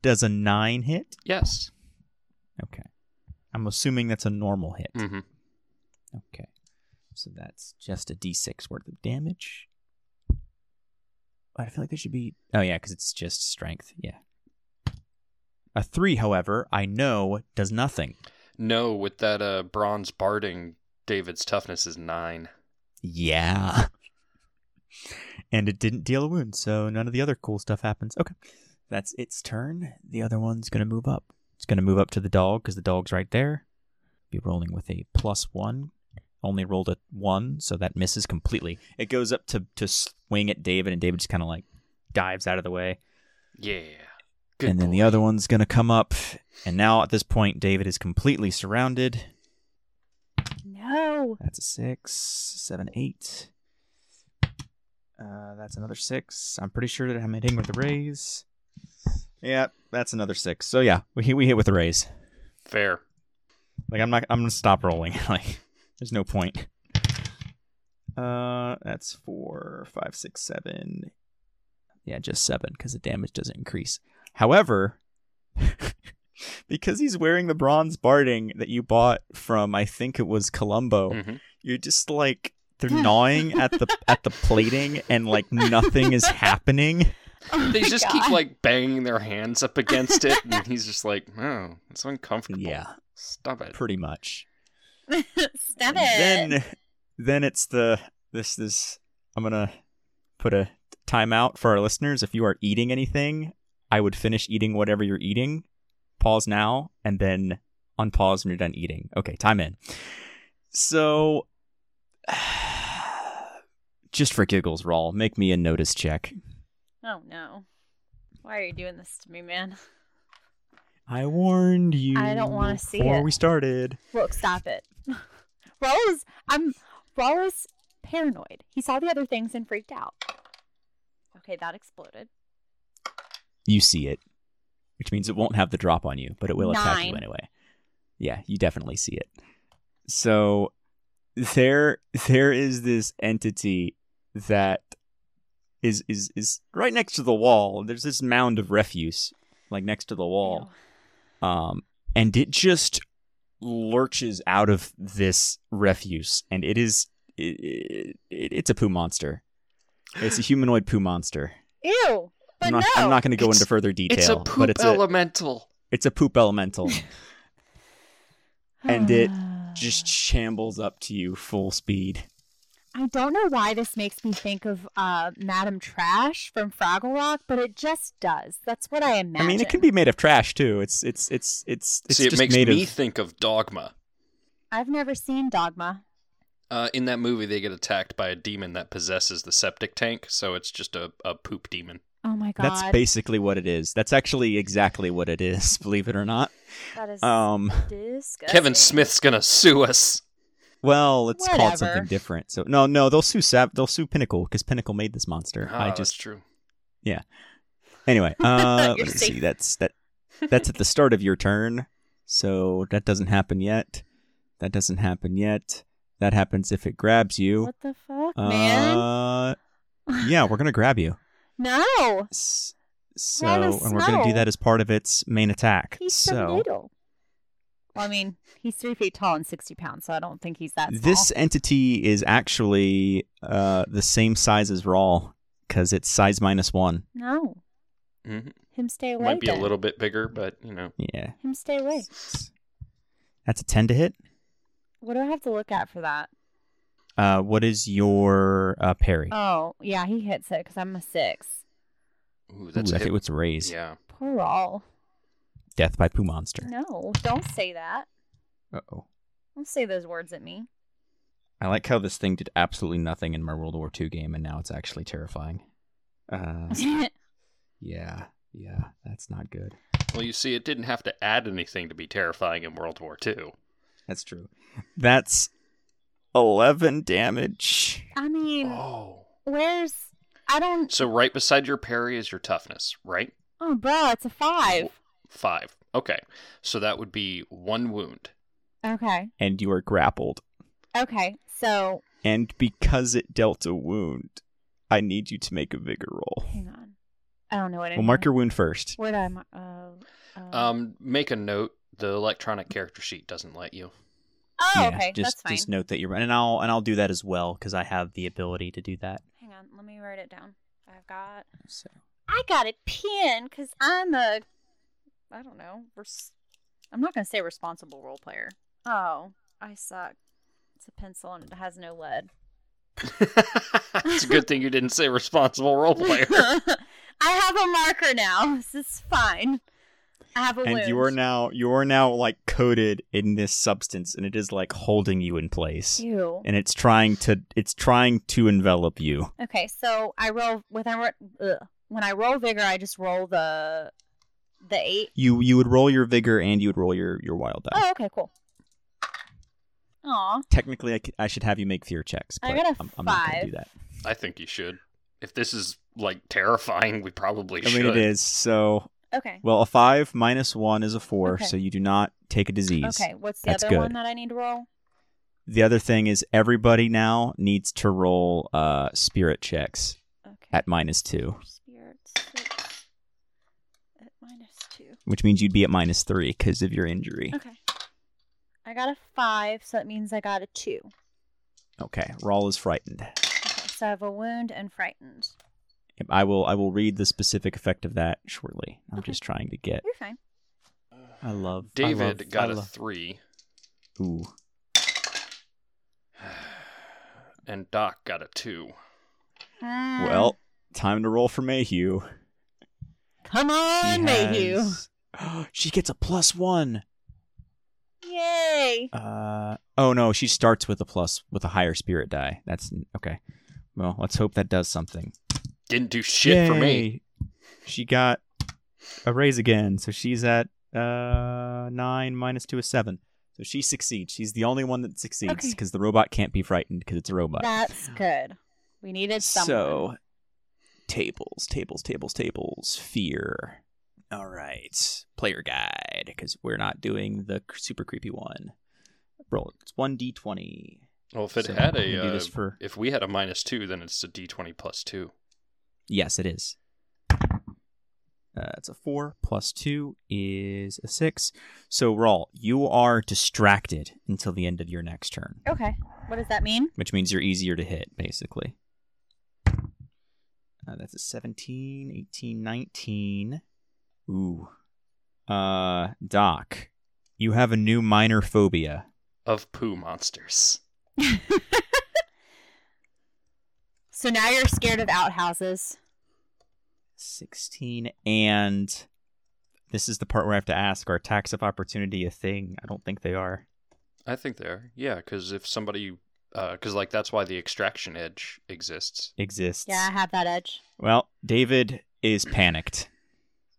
S2: Does a nine hit?
S4: Yes.
S2: Okay. I'm assuming that's a normal hit.
S4: Mm-hmm.
S2: Okay. So that's just a d6 worth of damage. I feel like there should be. Oh, yeah, because it's just strength. Yeah. A three, however, I know does nothing.
S4: No, with that uh, bronze barding, David's toughness is nine.
S2: Yeah. And it didn't deal a wound, so none of the other cool stuff happens. Okay. That's its turn. The other one's going to move up. It's going to move up to the dog because the dog's right there. Be rolling with a plus one. Only rolled a one, so that misses completely. It goes up to, to swing at David, and David just kind of like dives out of the way.
S4: Yeah. Good
S2: and then
S4: boy.
S2: the other one's going to come up. And now at this point, David is completely surrounded.
S3: No.
S2: That's a six, seven, eight. Uh, that's another six. I'm pretty sure that I'm hitting with the raise. Yeah, that's another six. So yeah, we hit, we hit with the raise.
S4: Fair.
S2: Like I'm not I'm gonna stop rolling. like there's no point. Uh, that's four, five, six, seven. Yeah, just seven because the damage doesn't increase. However, because he's wearing the bronze barding that you bought from I think it was Columbo
S4: hmm
S2: you're just like they're gnawing at the at the plating and like nothing is happening
S3: Oh
S4: They
S3: my
S4: just
S3: God.
S4: keep like banging their hands up against it, and he's just like, "Oh, it's uncomfortable. Stop it."
S2: pretty much
S3: Stop it.
S2: And then then it's the this this i'm gonna put a timeout for our listeners if you are eating anything i would finish eating whatever you're eating pause now and then unpause when you're done eating okay time in so just for giggles rawl make me a notice check
S3: oh no. Why are you doing this to me, man?
S2: I warned you.
S3: I don't wanna see
S2: before
S3: it.
S2: we started.
S3: Look, stop it. Raul is I'm Raul is paranoid. He saw the other things and freaked out. Okay, that exploded.
S2: You see it, which means it won't have the drop on you, but it will attack you
S3: Nine.
S2: anyway. Yeah, you definitely see it. So there, there is this entity that is is is right next to the wall. There's this mound of refuse, like next to the wall. um, and it just lurches out of this refuse, and it is it, it, it's a poo monster. It's a humanoid poo monster.
S3: Ew. Ew. But
S2: I'm not,
S3: no.
S2: I'm not going to go
S4: It's-
S2: into further detail,
S4: it's a poop
S2: but it's a
S4: elemental.
S2: it's a poop elemental, and it just shambles up to you full speed.
S3: I don't know why this makes me think of uh, Madame Trash from Fraggle Rock, but it just does. That's what I imagine.
S2: I mean, it can be made of trash too. It's it's it's it's it's
S4: See, it
S2: just
S4: makes
S2: made
S4: me
S2: of.
S4: think of Dogma.
S3: I've never seen Dogma.
S4: Uh, in that movie, they get attacked by a demon that possesses the septic tank, so it's just a, a poop demon.
S3: Oh my god,
S2: That's basically what it is. That's actually exactly what it is. Believe it or not.
S3: that is
S2: Um.
S3: disgusting.
S4: Kevin Smith's gonna sue us.
S2: Well, it's called
S3: Whatever.
S2: something different. So no, no, they'll sue Sav- they'll sue Pinnacle because Pinnacle made this monster.
S4: Ah,
S2: I
S3: Oh,
S4: that's
S2: just
S4: true.
S2: anyway. Uh,
S3: You're
S2: let me
S3: safe.
S2: see. That's that. That's at the start of your turn. So that doesn't happen yet. That doesn't happen yet. That happens if it grabs you.
S3: What the fuck, man?
S2: Uh, yeah, we're gonna grab you.
S3: No,
S2: S- So
S3: Grab
S2: and
S3: a
S2: we're gonna do
S3: snow.
S2: that as part of its main attack.
S3: he's some
S2: so
S3: noodle. Well, I mean, he's three feet tall and sixty pounds, so I don't think he's that small.
S2: this entity is actually uh, the same size as Rawl because it's size minus one.
S3: no,
S4: hmm
S3: him stay away.
S4: Might be a
S3: then.
S4: little bit bigger, but you know,
S2: Yeah,
S3: Him stay away.
S2: that's a ten to hit.
S3: What do I have to look at for that?
S2: Uh, what is your uh, parry?
S3: Oh, yeah, he hits it because I'm a six.
S4: ooh,
S2: Ooh, I
S4: that's a
S2: think
S4: hit.
S2: it's a raise.
S4: Yeah,
S3: Poor all.
S2: Death by poo monster.
S3: No, don't say that.
S2: Uh oh.
S3: Don't say those words at me.
S2: I like how this thing did absolutely nothing in my World War II game, and now it's actually terrifying. Uh, yeah, yeah, that's not good.
S4: Well, you see, it didn't have to add anything to be terrifying in World War II.
S2: That's true. That's eleven damage.
S3: I mean,
S4: Oh.
S3: where's I don't.
S4: So right beside your parry is your toughness, right?
S3: Oh, bro, it's a five.
S4: Five. Okay. So that would be one wound.
S3: Okay,
S2: And you are grappled.
S3: okay. So
S2: And because it dealt a wound, I need you to make a vigor roll.
S3: hang on. I don't know what.
S2: We'll mark your wound first.
S3: Where do I? mar- Oh. oh.
S4: Um, make a note. The electronic character sheet doesn't let you.
S3: Oh,
S2: Yeah,
S3: okay,
S2: Just,
S3: that's fine.
S2: just note that you're and I'll and I'll do that as well because I have the ability to do that.
S3: Hang on, let me write it down. I've got.
S2: So
S3: I got it pinned because I'm a. I don't know. Res- I'm not gonna say responsible role player. Oh, I suck. It's a pencil and it has no lead.
S4: it's a good thing you didn't say responsible role player.
S3: I have a marker now. This is fine. I have a
S2: and
S3: wound.
S2: you are now you are now like coated in this substance, and it is like holding you in place,
S3: Ew.
S2: and it's trying to it's trying to envelop you.
S3: Okay, so I roll with I ro- ugh. when I roll vigor, I just roll the the eight.
S2: You you would roll your vigor and you would roll your your wild die.
S3: Oh, okay, cool. Aw,
S2: Technically, I, c- I should have you make fear checks.
S3: I
S2: But
S3: got a
S2: am I'm not gonna do
S3: five.
S2: that.
S4: I think you should. If this is like terrifying, we probably
S2: I
S4: should.
S2: mean, it is so.
S3: okay,
S2: Well, a five minus one is a four,
S3: Okay.
S2: so you do not take a disease.
S3: okay. What's the
S2: That's
S3: other
S2: good.
S3: one that I need to roll?
S2: The other thing is everybody now needs to roll uh, spirit checks
S3: Okay.
S2: at minus two,
S3: Spirit six at minus two.
S2: which means you'd be at minus three because of your injury.
S3: Okay. I got a five, so that means I got a two.
S2: Okay, Rawl is frightened.
S3: Okay, so I have a wound and frightened.
S2: Yep, I will. I will read the specific effect of that shortly. I'm
S3: Okay.
S2: just trying to get.
S3: You're fine.
S2: I love I
S4: David
S2: love-
S4: got
S2: I
S4: a
S2: love-
S4: three,
S2: Ooh,
S4: and Doc got a two.
S3: Hmm,
S2: well, time to roll for Mayhew.
S3: come
S2: She
S3: on, Mayhew!
S2: has- she gets a plus one.
S3: Yay!
S2: Uh oh no, she starts with a plus with a higher spirit die. That's okay. Well, let's hope that does something.
S4: Didn't do shit for me.
S2: Yay. She got a raise again, so she's at uh nine minus two is seven. So she succeeds. She's the only one that succeeds
S3: Okay.
S2: because the robot can't be frightened because it's a robot.
S3: That's good. We needed someone.
S2: so tables, tables, tables, tables. Fear. All right, player guide because we're not doing the cr- super creepy one. Roll it's one d twenty.
S4: Well, if it
S2: So
S4: had
S2: I'm gonna
S4: a,
S2: do
S4: uh,
S2: this for-
S4: if we had a minus two, then it's a D twenty plus two.
S2: Yes, it is. Uh, it's a four plus two is a six. So, Rawl, you are distracted until the end of your next turn,
S3: Okay. What does that mean?
S2: which means you're easier to hit, basically. Uh, that's a 17, 18, 19. Ooh. Uh, Doc, you have a new minor phobia.
S4: of poo monsters.
S3: So now you're scared of outhouses.
S2: 16 and this is the part where I have to ask are attacks of opportunity a thing? I don't think they are.
S4: I think they are. Yeah, because if somebody, because like that's why the extraction edge exists.
S2: Exists.
S3: Yeah, I have that edge.
S2: Well, David is panicked.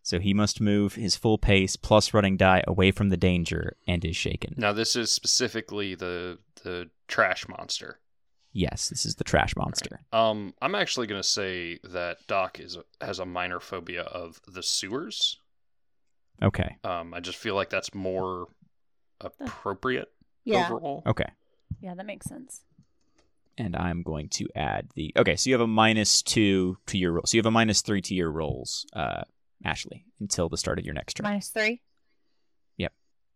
S2: So he must move his full pace plus running die away from the danger and is shaken.
S4: Now this is specifically the the trash monster.
S2: Yes, this is the trash monster.
S4: Um, I'm actually gonna say that Doc is has a minor phobia of the sewers.
S2: Okay.
S4: Um, I just feel like that's more appropriate
S3: Yeah.
S4: overall.
S2: Okay.
S3: Yeah, that makes sense.
S2: And I'm going to add the Okay, so you have a minus 2 to your roll. So you have a minus 3 to your rolls, uh Ashley, until the start of your next turn.
S3: Minus three.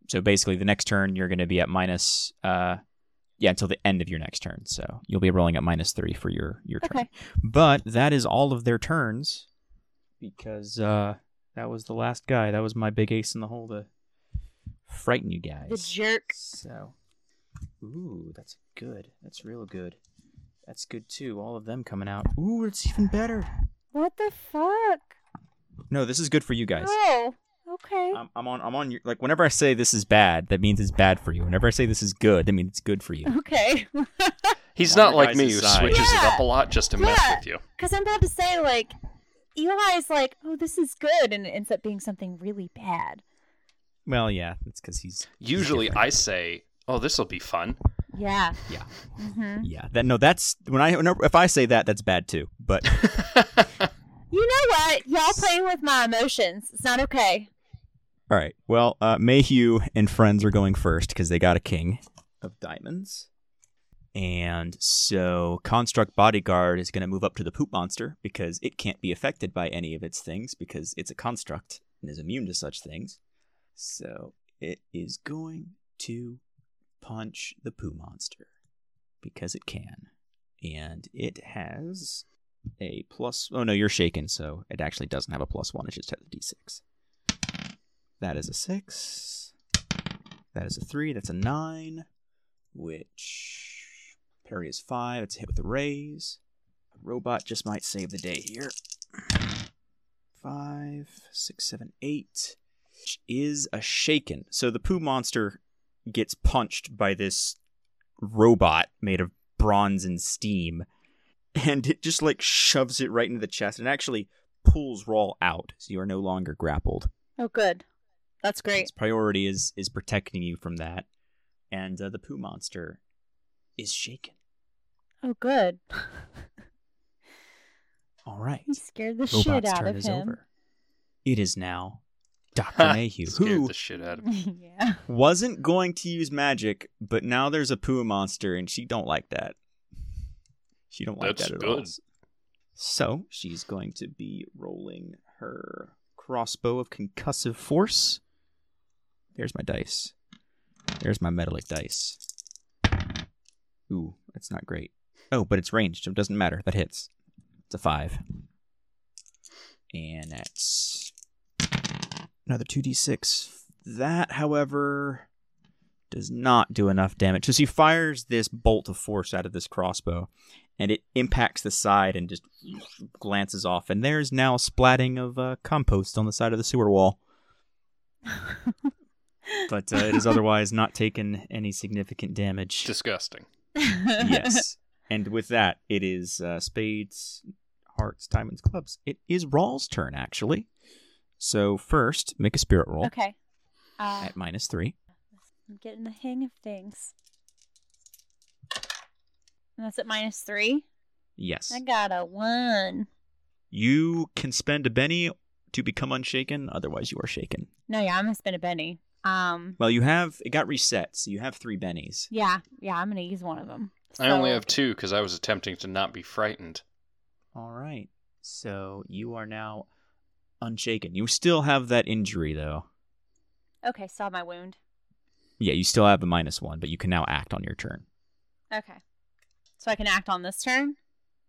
S2: so basically the next turn you're going to be at minus uh yeah until the end of your next turn so you'll be rolling at minus three for your your turn
S3: Okay.
S2: but that is all of their turns because uh that was the last guy that was my big ace in the hole to frighten you guys
S3: The jerk.
S2: so ooh that's good that's real good that's good too all of them coming out ooh it's even better
S3: What the fuck?
S2: no this is good for you guys
S3: Oh, okay.
S2: I'm, I'm on. I'm on. Your, like whenever I say this is bad, that means it's bad for you. Whenever I say this is good, that means it's good for you.
S3: okay.
S4: He's
S2: Longer
S4: not like
S2: guys
S4: me who
S2: aside.
S4: switches it up
S3: Yeah.
S4: a lot just to mess
S3: Yeah.
S4: with you.
S3: Because I'm about to say, like, Eli's like, oh, this is good. And it ends up being something really bad.
S2: Well, yeah, that's because he's he's
S4: Usually
S2: different.
S4: I say, "Oh, this will be fun."
S3: Yeah.
S2: Yeah.
S3: hmm
S2: Yeah, that no, that's when I no, if I say that, that's bad too. But
S3: You know what? Y'all playing with my emotions. It's not okay.
S2: all right, well, uh, Mayhew and friends are going first because they got a king of diamonds, and so construct bodyguard is going to move up to the poop monster because it can't be affected by any of its things because it's a construct and is immune to such things. So it is going to punch the poo monster because it can, and it has a plus. Oh no, you're shaken, so it actually doesn't have a plus one. It just has a d6. That is a six. That is a three. That's a nine, which parry is five. It's a hit with a raise. Robot just might save the day here. Five, six, seven, eight. Which is a shaken. So the poo monster gets punched by this robot made of bronze and steam and it just like shoves it right into the chest and actually pulls Rawl out, so you are no longer grappled.
S3: Oh, good. That's great.
S2: Its priority is is protecting you from that, and uh, the poo monster is shaken.
S3: Oh, good.
S2: All right,
S3: He scared the shit
S2: robot's
S3: out
S2: turn
S3: of
S2: is
S3: him.
S2: over. It is now Doctor Mayhew,
S4: Scared
S2: who
S4: the shit out of me.
S3: yeah.
S2: wasn't going to use magic, but now there's a poo monster, and she don't like that. She don't like
S4: That's
S2: that at all.
S4: good.
S2: So she's going to be rolling her crossbow of concussive force. There's my dice. There's my metallic dice. Ooh, that's not great. Oh, but it's ranged, so it doesn't matter. That hits. It's a five. And that's another 2d6. That, however, does not do enough damage. So she fires this bolt of force out of this crossbow, and it impacts the side and just glances off. And there's now splatting of uh, compost on the side of the sewer wall. But uh, it is otherwise not taken any significant damage.
S4: Disgusting.
S2: yes. And with that, it is uh, spades, hearts, diamonds, clubs. It is Rawl's turn, actually. So first, make a spirit roll
S3: Okay. Uh,
S2: at minus three.
S3: I'm getting the hang of things. And that's at minus three.
S2: Yes.
S3: I got a one.
S2: You can spend a penny to become unshaken. Otherwise, you are shaken.
S3: No, yeah, I'm gonna spend a penny. Um,
S2: Well, you have it got reset, so you have three bennies.
S3: yeah, yeah, I'm gonna use one of them.
S4: I only
S3: So-
S4: have two because I was attempting to not be frightened.
S2: All right. So you are now unshaken. You still have that injury, though.
S3: Okay, saw my wound.
S2: Yeah, you still have a minus one, but you can now act on your turn.
S3: Okay, so I can act on this turn.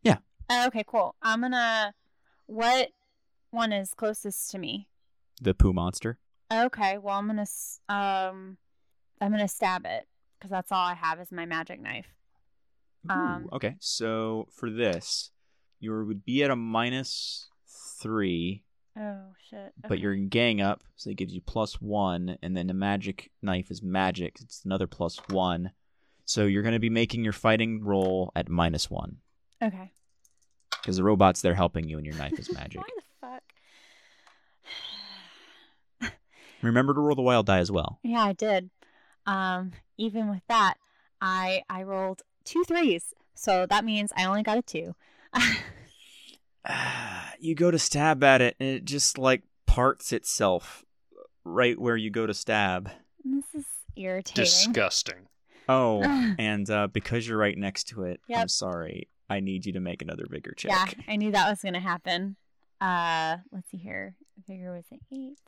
S2: Yeah.
S3: Oh, okay, cool. I'm gonna. What one is closest to me?
S2: The poo monster.
S3: Okay, well I'm gonna s- um, I'm gonna stab it because that's all I have is my magic knife. Um,
S2: Ooh, okay, so for this, you would be at a minus three,
S3: Oh shit.
S2: but you're in gang up, so it gives you plus one, and then the magic knife is magic. It's another plus one, so you're going to be making your fighting roll at minus one
S3: okay.
S2: because the robot's there helping you, and your knife is magic.
S3: Why the fuck?
S2: Remember to roll the wild die as well.
S3: Yeah, I did. Um, even with that, I I rolled two threes, so that means I only got a two.
S2: Ah, you go to stab at it and it just like parts itself right where you go to stab.
S3: this is irritating.
S4: Disgusting.
S2: Oh, and uh, because you're right next to it, I'm
S3: Yep.
S2: sorry. I need you to make another bigger check.
S3: Yeah, I knew that was gonna happen. Uh, let's see here. I figure it was an eight.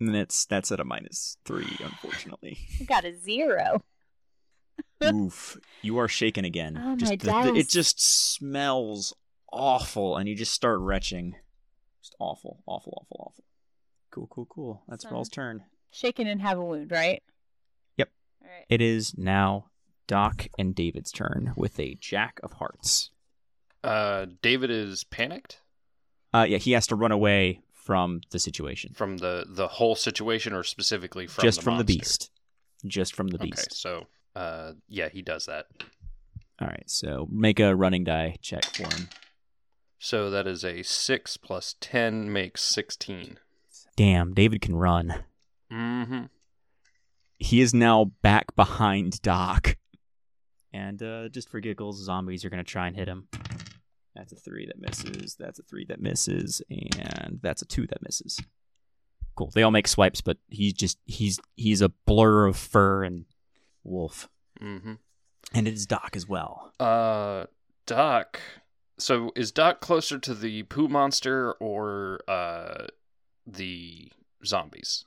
S2: And it's that's at a minus three, unfortunately.
S3: I got a zero.
S2: Oof. You are shaken again.
S3: Oh,
S2: Just
S3: my
S2: the- the-
S3: dice.
S2: it just smells awful and you just start retching. Just awful, awful, awful, awful. Cool, cool, cool. That's
S3: Sorry.
S2: Rawls' turn.
S3: Shaken and have a wound, right?
S2: Yep.
S3: All right.
S2: It is now Doc and David's turn with a Jack of Hearts.
S4: Uh, David is panicked
S2: Uh, yeah, he has to run away from the situation,
S4: from the the whole situation, or specifically from
S2: just
S4: the
S2: from the
S4: monster?
S2: beast, just from the
S4: Okay,
S2: beast.
S4: so uh, yeah, he does that.
S2: All right, so make a running die check for him.
S4: So that is a six plus ten makes sixteen.
S2: Damn, David can run.
S4: Mm-hmm.
S2: He is now back behind Doc, and uh, just for giggles, zombies are gonna try and hit him. That's a three that misses. That's a three that misses, and that's a two that misses. Cool. They all make swipes, but he's just he's he's a blur of fur and wolf,
S4: Mm-hmm.
S2: and it is Doc as well.
S4: Uh, Doc. So is Doc closer to the poo monster or uh the zombies?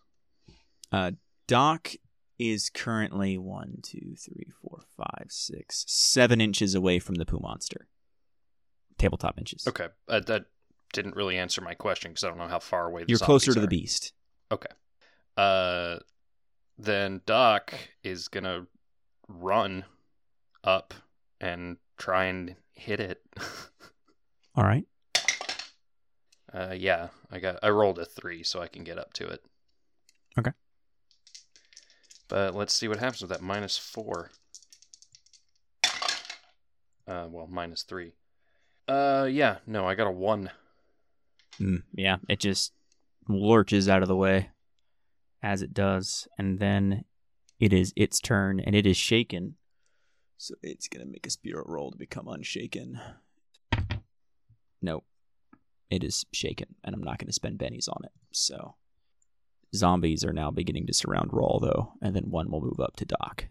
S2: Doc is currently one, two, three, four, five, six, seven inches away from the poo monster. Tabletop inches.
S4: Okay, uh, that didn't really answer my question because I don't know how far away. The
S2: You're closer
S4: zombies
S2: to the
S4: are.
S2: beast.
S4: Uh, then Doc is gonna run up and try and hit it.
S2: All right.
S4: uh, yeah, I got I rolled a three, so I can get up to it.
S2: Okay.
S4: But let's see what happens with that minus four. Uh, well, minus three. Uh, yeah, no, I got a one.
S2: Mm, yeah, it just lurches out of the way as it does. And then it is its turn and it is shaken. So it's going to make a spirit roll to become unshaken. Nope. It is shaken, and I'm not going to spend bennies on it. So zombies are now beginning to surround Rawl, though, and then one will move up to Doc.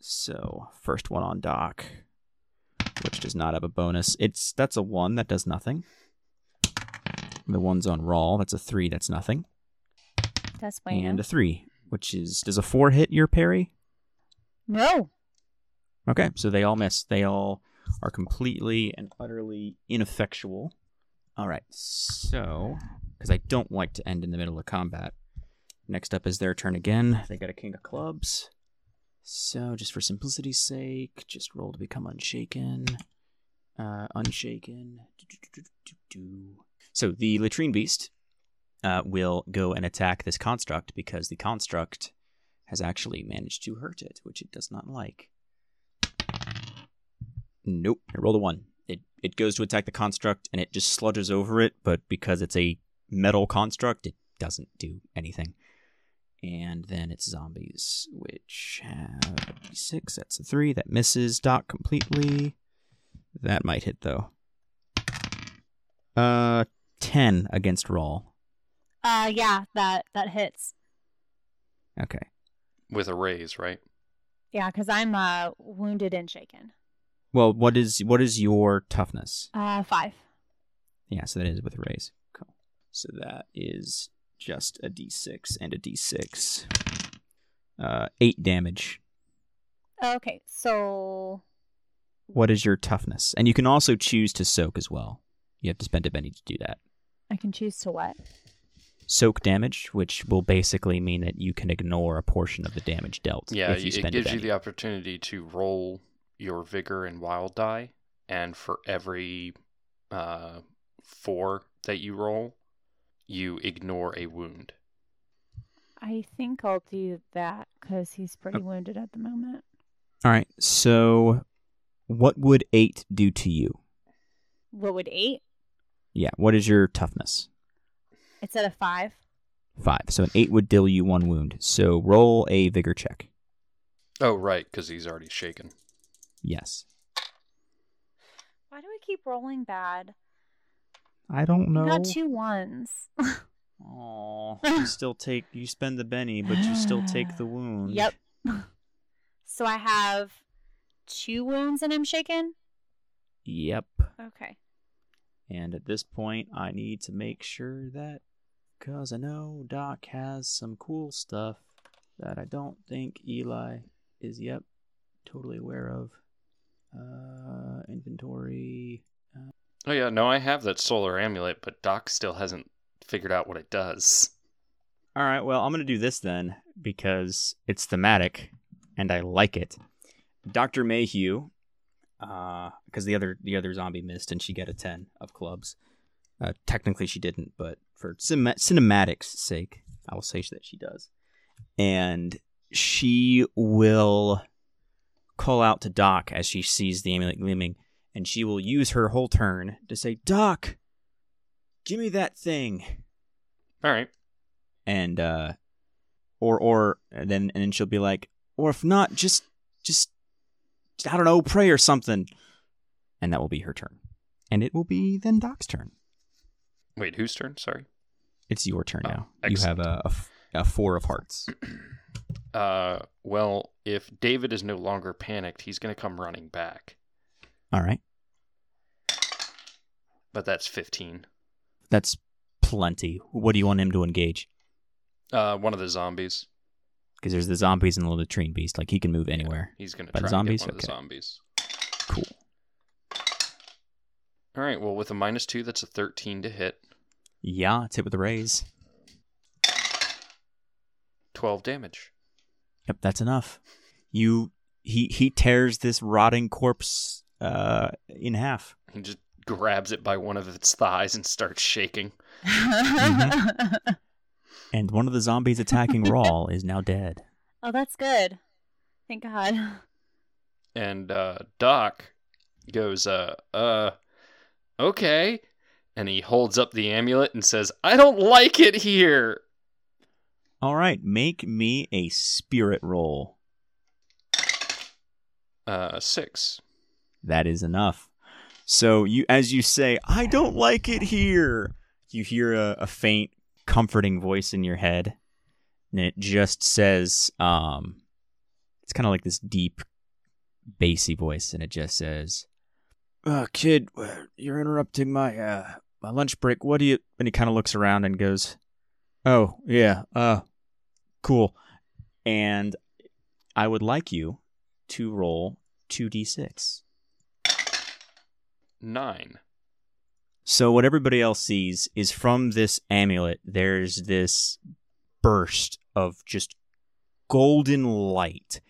S2: So first one on Doc, which does not have a bonus. It's that's a one that does nothing. The one's on Rawl. That's a three. That's nothing.
S3: That's way
S2: And a three, which is does a four hit your parry?
S3: No.
S2: Okay, so they all miss. They all are completely and utterly ineffectual. All right, so because I don't like to end in the middle of combat. Next up is their turn again. They got a king of clubs. So just for simplicity's sake, just roll to become unshaken. Uh, unshaken. So the latrine beast uh, will go and attack this construct because the construct has actually managed to hurt it, which it does not like. Nope. I rolled a one. It it goes to attack the construct and it just sludges over it, but because it's a metal construct, it doesn't do anything. And then it's zombies, which have a six. That's a three. That misses Doc completely. That might hit though. Uh, ten against roll.
S3: Uh, yeah, that that hits.
S2: Okay.
S4: With a raise, right?
S3: Yeah, because I'm uh wounded and shaken.
S2: Well, what is what is your toughness?
S3: Uh, five.
S2: Yeah, so that is with a raise. Cool. So that is just a d6 and a d6. Uh, eight damage.
S3: Okay, so
S2: What is your toughness? And you can also choose to soak as well. You have to spend a penny to do that.
S3: I can choose to what?
S2: Soak damage, which will basically mean that you can ignore a portion of the damage dealt.
S4: Yeah,
S2: if you
S4: it
S2: spend a
S4: gives you
S2: penny.
S4: the opportunity to roll your vigor and wild die and for every uh, four that you roll, you ignore a wound.
S3: I think I'll do that because he's pretty wounded at the moment.
S2: All right. So, what would eight do to you?
S3: What would eight?
S2: Yeah. What is your toughness?
S3: It's at a five.
S2: Five. So an eight would deal you one wound. So roll a vigor check.
S4: Oh, right, because he's already shaken.
S2: Yes.
S3: Why do we keep rolling bad?
S2: I don't
S3: We
S2: know.
S3: got two ones.
S2: Aw, you still take. You spend the penny, but you still take the wound.
S3: Yep. so I have two wounds and I'm shaken.
S2: Yep.
S3: Okay.
S2: And at this point, I need to make sure that, because I know Doc has some cool stuff that I don't think Eli is yep totally aware of. Uh, inventory.
S4: Oh, yeah, no, I have that solar amulet, but Doc still hasn't figured out what it does.
S2: All right, well, I'm going to do this then because it's thematic and I like it. Dr. Mayhew uh cuz the other the other zombie missed and she got a 10 of clubs. Uh technically she didn't, but for cinema- cinematics sake, I will say that she does. And she will call out to Doc as she sees the amulet gleaming and she will use her whole turn to say, "Doc, give me that thing."
S4: All right.
S2: and uh or or and then and then she'll be like or if not just just i don't know pray or something and that will be her turn and it will be then doc's turn
S4: Wait, whose turn? Sorry.
S2: it's your turn
S4: Oh,
S2: now
S4: excellent.
S2: you have a, a f- a four of hearts
S4: Uh, well, if David is no longer panicked, he's going to come running back.
S2: all right
S4: But that's 15.
S2: that's plenty what do you want him to engage
S4: Uh, one of the zombies.
S2: because there's the zombies and the latrine beast like he can move anywhere
S4: He's going to
S2: By the
S4: try and get
S2: zombies?
S4: one of the
S2: Okay.
S4: zombies.
S2: cool
S4: All right, well, with a minus two, that's a 13 to hit.
S2: yeah it's hit with the raise
S4: 12 damage.
S2: Yep, that's enough. You he he tears this rotting corpse uh in half.
S4: He just grabs it by one of its thighs and starts shaking.
S2: Mm-hmm. And one of the zombies attacking Rawl is now dead.
S3: oh, that's good. Thank God.
S4: And uh, Doc goes, uh, uh, okay. And he holds up the amulet and says, I don't like it here.
S2: All right, make me a spirit roll.
S4: Uh, six.
S2: That is enough. So you as you say, I don't like it here. You hear a, a faint comforting voice in your head. And it just says, um it's kind of like this deep bassy voice, and it just says uh, kid, uh, you're interrupting my uh my lunch break. What do you and he kinda looks around and goes, Oh, yeah, uh cool. And I would like you to roll two D six.
S4: Nine.
S2: So what everybody else sees is from this amulet, there's this burst of just golden light,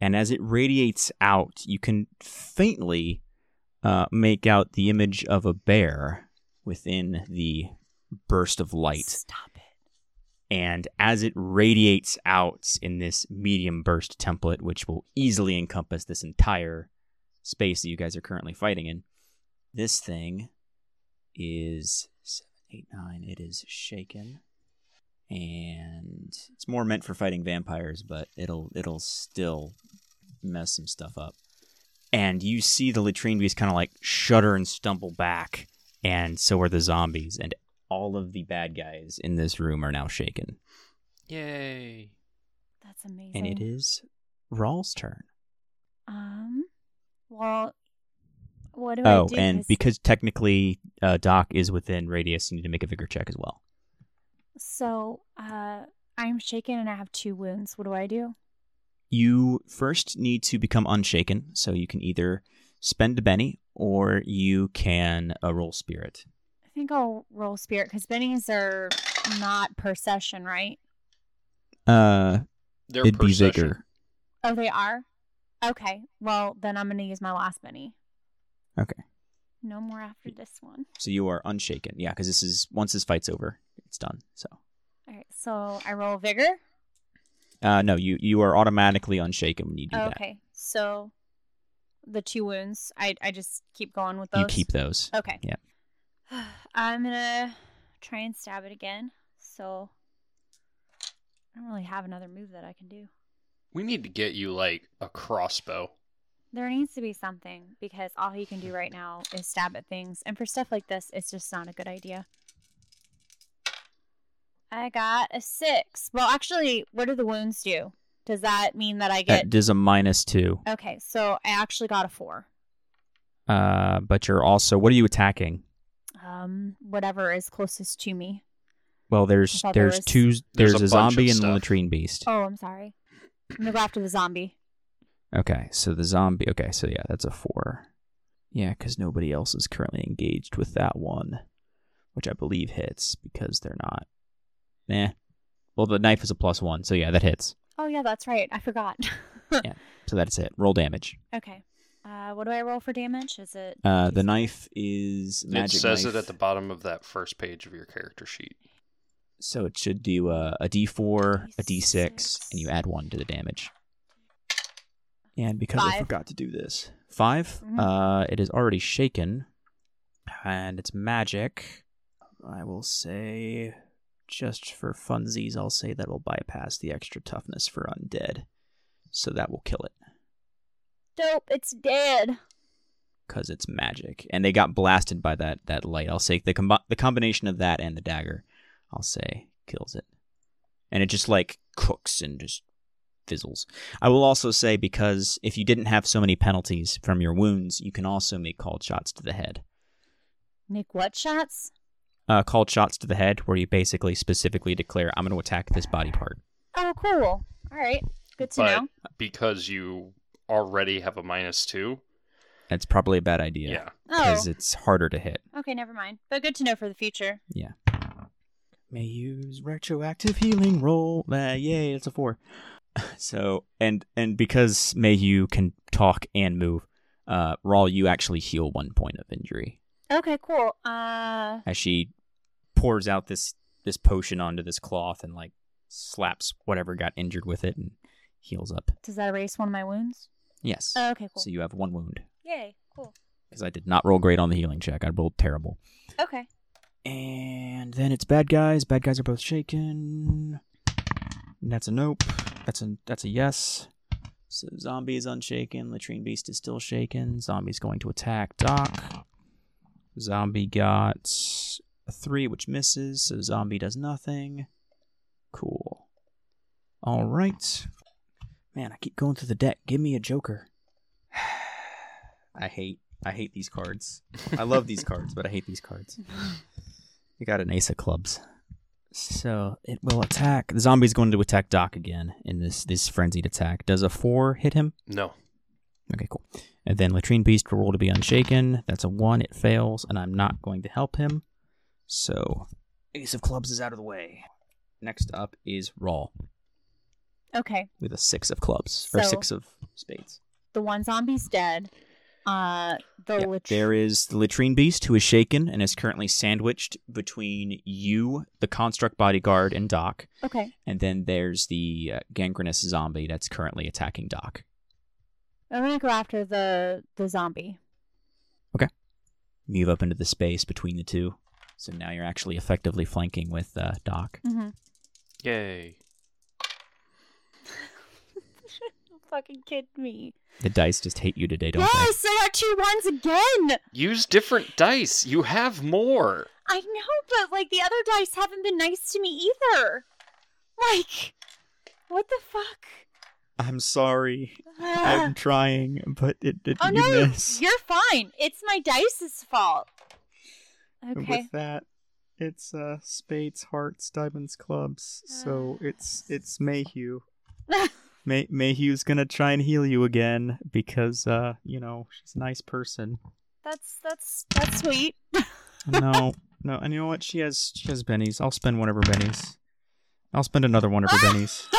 S2: and as it radiates out, you can faintly uh, make out the image of a bear within the burst of light.
S3: Stop it.
S2: And as it radiates out in this medium burst template, which will easily encompass this entire space that you guys are currently fighting in, this thing is seven, eight, nine. It is shaken, and it's more meant for fighting vampires, but it'll it'll still mess some stuff up. And you see the latrine beast kind of like shudder and stumble back, and so are the zombies, and all of the bad guys in this room are now shaken.
S4: Yay.
S3: That's amazing.
S2: And it is Rawl's turn.
S3: Um. Well, what do
S2: Oh,
S3: I do?
S2: and
S3: 'Cause-
S2: because technically uh, Doc is within radius, you need to make a vigor check as well.
S3: so, uh, I'm shaken and I have two wounds. What do I do?
S2: You first need to become unshaken, so you can either spend a Benny or you can uh, roll spirit.
S3: I think I'll roll spirit because bennies are not per session, right?
S2: Uh,
S4: They're
S2: it'd
S4: per
S2: be
S4: session.
S2: vigor.
S3: Oh, they are. Okay. Well, then I'm gonna use my last benny.
S2: Okay.
S3: No more after this one.
S2: So you are unshaken. Yeah, because this is once this fight's over, it's done. So
S3: All right, so I roll vigor.
S2: uh, no, you you are automatically unshaken when you do that.
S3: Oh, okay, so the two wounds. I I just keep going with those.
S2: You keep those.
S3: Okay.
S2: Yeah.
S3: I'm gonna try and stab it again. So I don't really have another move that I can do.
S4: We need to get you like a crossbow.
S3: There needs to be something because all he can do right now is stab at things, and for stuff like this, it's just not a good idea. I got a six. Well, actually, what do the wounds do? Does that mean that I get?
S2: That does a minus two.
S3: Okay, so I actually got a four.
S2: Uh, but you're also what are you attacking?
S3: Um, whatever is closest to me.
S2: Well,
S3: I
S2: there's
S3: thought there
S2: there's
S3: was-
S2: two.
S4: There's
S2: There's,
S4: a
S2: a,
S4: bunch
S2: zombie
S4: of
S2: and a
S4: stuff.
S2: latrine beast.
S3: Oh, I'm sorry. I'm gonna go after the zombie.
S2: Okay, so the zombie. Okay, so yeah, that's a four. Yeah, because nobody else is currently engaged with that one, which I believe hits because they're not. Nah. Well, the knife is a plus one, so yeah, that hits.
S3: Oh yeah, that's right. I forgot.
S2: So that's it. Roll damage.
S3: Okay. Uh, what do I roll for damage? Is it?
S2: Uh, the knife is magic.
S4: it says
S2: knife,
S4: it at the bottom of that first page of your character sheet.
S2: So it should do a, a D4, a D6,
S3: D6.
S2: and you add one to the damage. And because I
S3: Five.
S2: forgot to do this, 5
S3: Mhm.
S2: Uh, it is already shaken, and it's magic. I will say, just for funsies, I'll say that will bypass the extra toughness for undead, so that will kill it
S3: Dope. It's dead.
S2: because it's magic. And they got blasted by that that light. I'll say the combi- the combination of that and the dagger, I'll say kills it. And it just like cooks and just fizzles. I will also say because if you didn't have so many penalties from your wounds, you can also make called shots to the head.
S3: Make what shots?
S2: Uh, called shots to the head, where you basically specifically declare, "I'm going to attack this body part."
S3: Oh, cool. All right. Good to
S4: But
S3: know.
S4: because you already have a minus two,
S2: That's probably a bad idea.
S4: yeah.
S3: Oh,
S2: Because it's harder to hit.
S3: okay. Never mind. But good to know for the future.
S2: Yeah. May use retroactive healing roll. Uh, yay, that's a four. So and and because Mayhew can talk and move, uh, Rawl, you actually heal one point of injury
S3: Okay. Cool. Uh,
S2: as she pours out this this potion onto this cloth and like slaps whatever got injured with it and heals up.
S3: does that erase one of my wounds?
S2: Yes.
S3: Oh, okay. Cool.
S2: So you have one wound
S3: Yay. Cool.
S2: because I did not roll great on the healing check. I rolled terrible.
S3: Okay.
S2: And then it's bad guys. Bad guys are both shaken. And that's a nope. That's a that's a yes. So zombie is unshaken. Latrine beast is still shaken. Zombie's going to attack Doc. Zombie got a three, which misses. So zombie does nothing. Cool. All right. Man, I keep going through the deck. Give me a joker. I hate I hate these cards. I love these cards, but I hate these cards. You got an ace of clubs. So it will attack. The zombie's going to attack Doc again in this this frenzied attack. Does a four hit him?
S4: No.
S2: Okay, cool. And then Latrine Beast will roll to be unshaken. That's a one. It fails, and I'm not going to help him. So ace of clubs is out of the way. Next up is Rawl
S3: Okay.
S2: with a six of clubs or
S3: So-
S2: six of spades.
S3: The one zombie's dead. Uh, the
S2: Yeah,
S3: lat-
S2: There is the latrine beast who is shaken and is currently sandwiched between you, the construct bodyguard, and Doc.
S3: Okay.
S2: And then there's the uh, gangrenous zombie that's currently attacking Doc.
S3: I'm gonna go after the the zombie.
S2: Move up into the space between the two. So now you're actually effectively flanking with uh, Doc.
S3: Mm-hmm.
S4: Yay.
S3: Fucking kid me.
S2: The dice just hate you today, don't
S3: yes, I got two ones again.
S4: Use different dice. You have more.
S3: I know, but like the other dice haven't been nice to me either. Like, what the fuck?
S2: they? I'm sorry.
S3: Ugh.
S2: trying, but it, it
S3: Ah. oh no, you're fine. It's my dice's fault. Okay.
S2: that, it's uh, spades, hearts, diamonds, clubs.
S3: So
S2: it's it's Mayhew. May- Mayhew's gonna try and heal you again because, uh, you know, she's a nice person.
S3: that's that's that's sweet.
S2: No, no, and you know what? She has she has bennies. I'll spend one of her bennies. I'll spend another one of her bennies.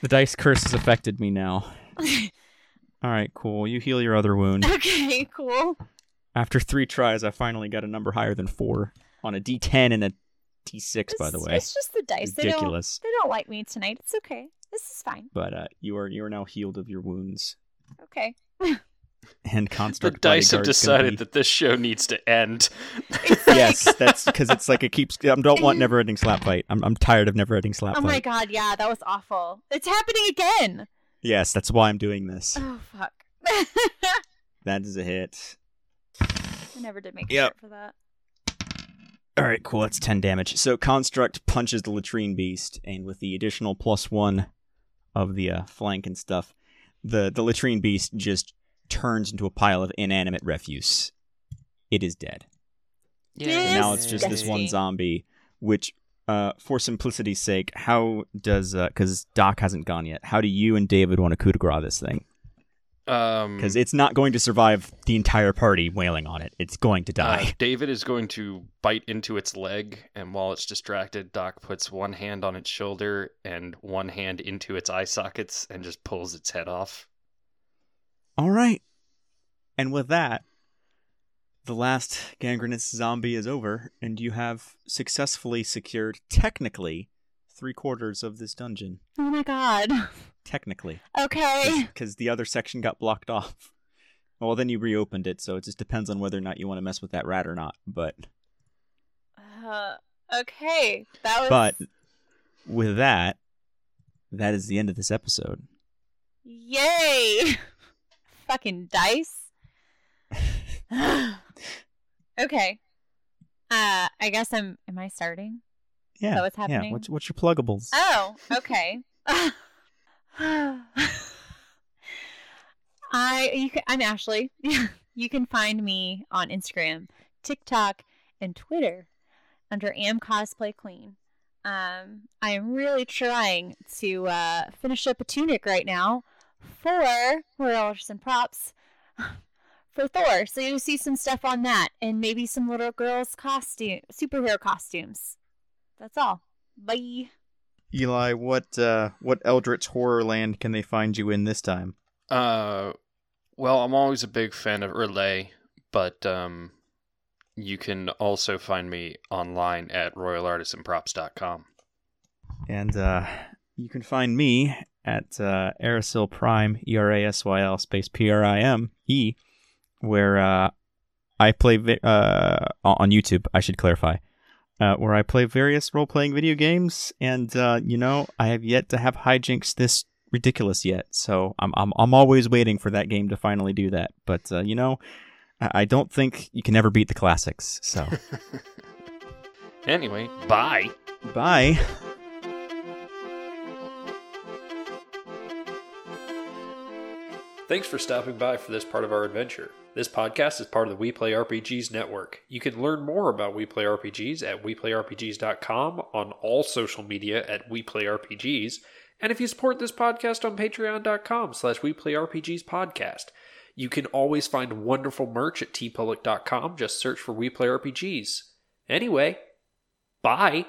S2: The dice curse has affected me now. All right, cool. You heal your other wound.
S3: Okay, cool.
S2: After three tries, I finally got a number higher than four on a D10 and a D6, by the
S3: It's-
S2: way.
S3: it's just the dice. They don't,
S2: Ridiculous.
S3: they don't like me tonight. It's okay. This is fine.
S2: But uh, you are you are now healed of your wounds.
S3: Okay.
S2: And
S4: The
S2: construct
S4: dice have
S2: bodyguard's gonna
S4: decided
S2: be-
S4: that this show needs to end.
S3: It's like,
S2: yes, that's because it's like it keeps. I don't want never-ending slap fight. I'm, I'm tired of never-ending slap
S3: Oh
S2: fight.
S3: my god, yeah, that was awful. It's happening again.
S2: Yes, that's why I'm doing this.
S3: Oh fuck.
S2: That is a hit.
S3: I never did make
S2: Yep.
S3: yep. for that.
S2: All right, cool. That's 10 damage. So Construct punches the Latrine Beast, and with the additional plus one of the uh, flank and stuff, the, the Latrine Beast just turns into a pile of inanimate refuse. It is dead.
S3: Yes.
S2: So now it's just this one
S3: Disgusting.
S2: zombie, which, uh, for simplicity's sake, how does, because Doc hasn't gone yet, how do you and David want to coup de grace this thing?
S4: Um,
S2: Because it's not going to survive the entire party wailing on it. It's going to die.
S4: Uh, David is going to bite into its leg, and while it's distracted, Doc puts one hand on its shoulder and one hand into its eye sockets and just pulls its head off.
S2: All right. And with that, the last gangrenous zombie is over, and you have successfully secured, technically, three quarters of this dungeon.
S3: Oh my god.
S2: Technically.
S3: Okay.
S2: Because the other section got blocked off. Well, then you reopened it, so it just depends on whether or not you want to mess with that rat or not. But,
S3: Uh, okay. That was
S2: but with that, that is the end of this episode.
S3: Yay! Fucking dice. okay. Uh, I guess I'm. Am I starting?
S2: Yeah.
S3: that what's
S2: Yeah.
S3: happening?
S2: What's, what's your pluggables?
S3: Oh, okay. I you can, I'm Ashley. you can find me on Instagram, TikTok, and Twitter under Am Cosplay Queen. Um, I am really trying to uh, finish up a tunic right now for we're all just in props for Thor. So you'll see some stuff on that, and maybe some little girls' costume superhero costumes. That's all. Bye.
S2: Eli, what uh, what Eldritch horror land can they find you in this time?
S4: Uh, well, I'm always a big fan of Relay, but um, you can also find me online at royalartisanprops.com.
S2: And uh, you can find me at uh, Aerosyl Prime, E R A S Y L space P R I M E, where uh, I play vi- uh, on YouTube, I should clarify, uh, where I play various role playing video games. And, uh, you know, I have yet to have hijinks this ridiculous yet. So I'm, I'm, I'm always waiting for that game to finally do that. But, uh, you know, I, I don't think you can ever beat the classics. So
S4: Anyway, bye.
S2: bye.
S1: Thanks for stopping by for this part of our adventure. This podcast is part of the We Play RPGs network. You can learn more about We Play RPGs at weplayrpgs.com, on all social media at We Play RPGs, and if you support this podcast on patreon.com slash weplayrpgspodcast. podcast. You can always find wonderful merch at tpublic.com. Just search for We Play RPGs. Anyway, bye.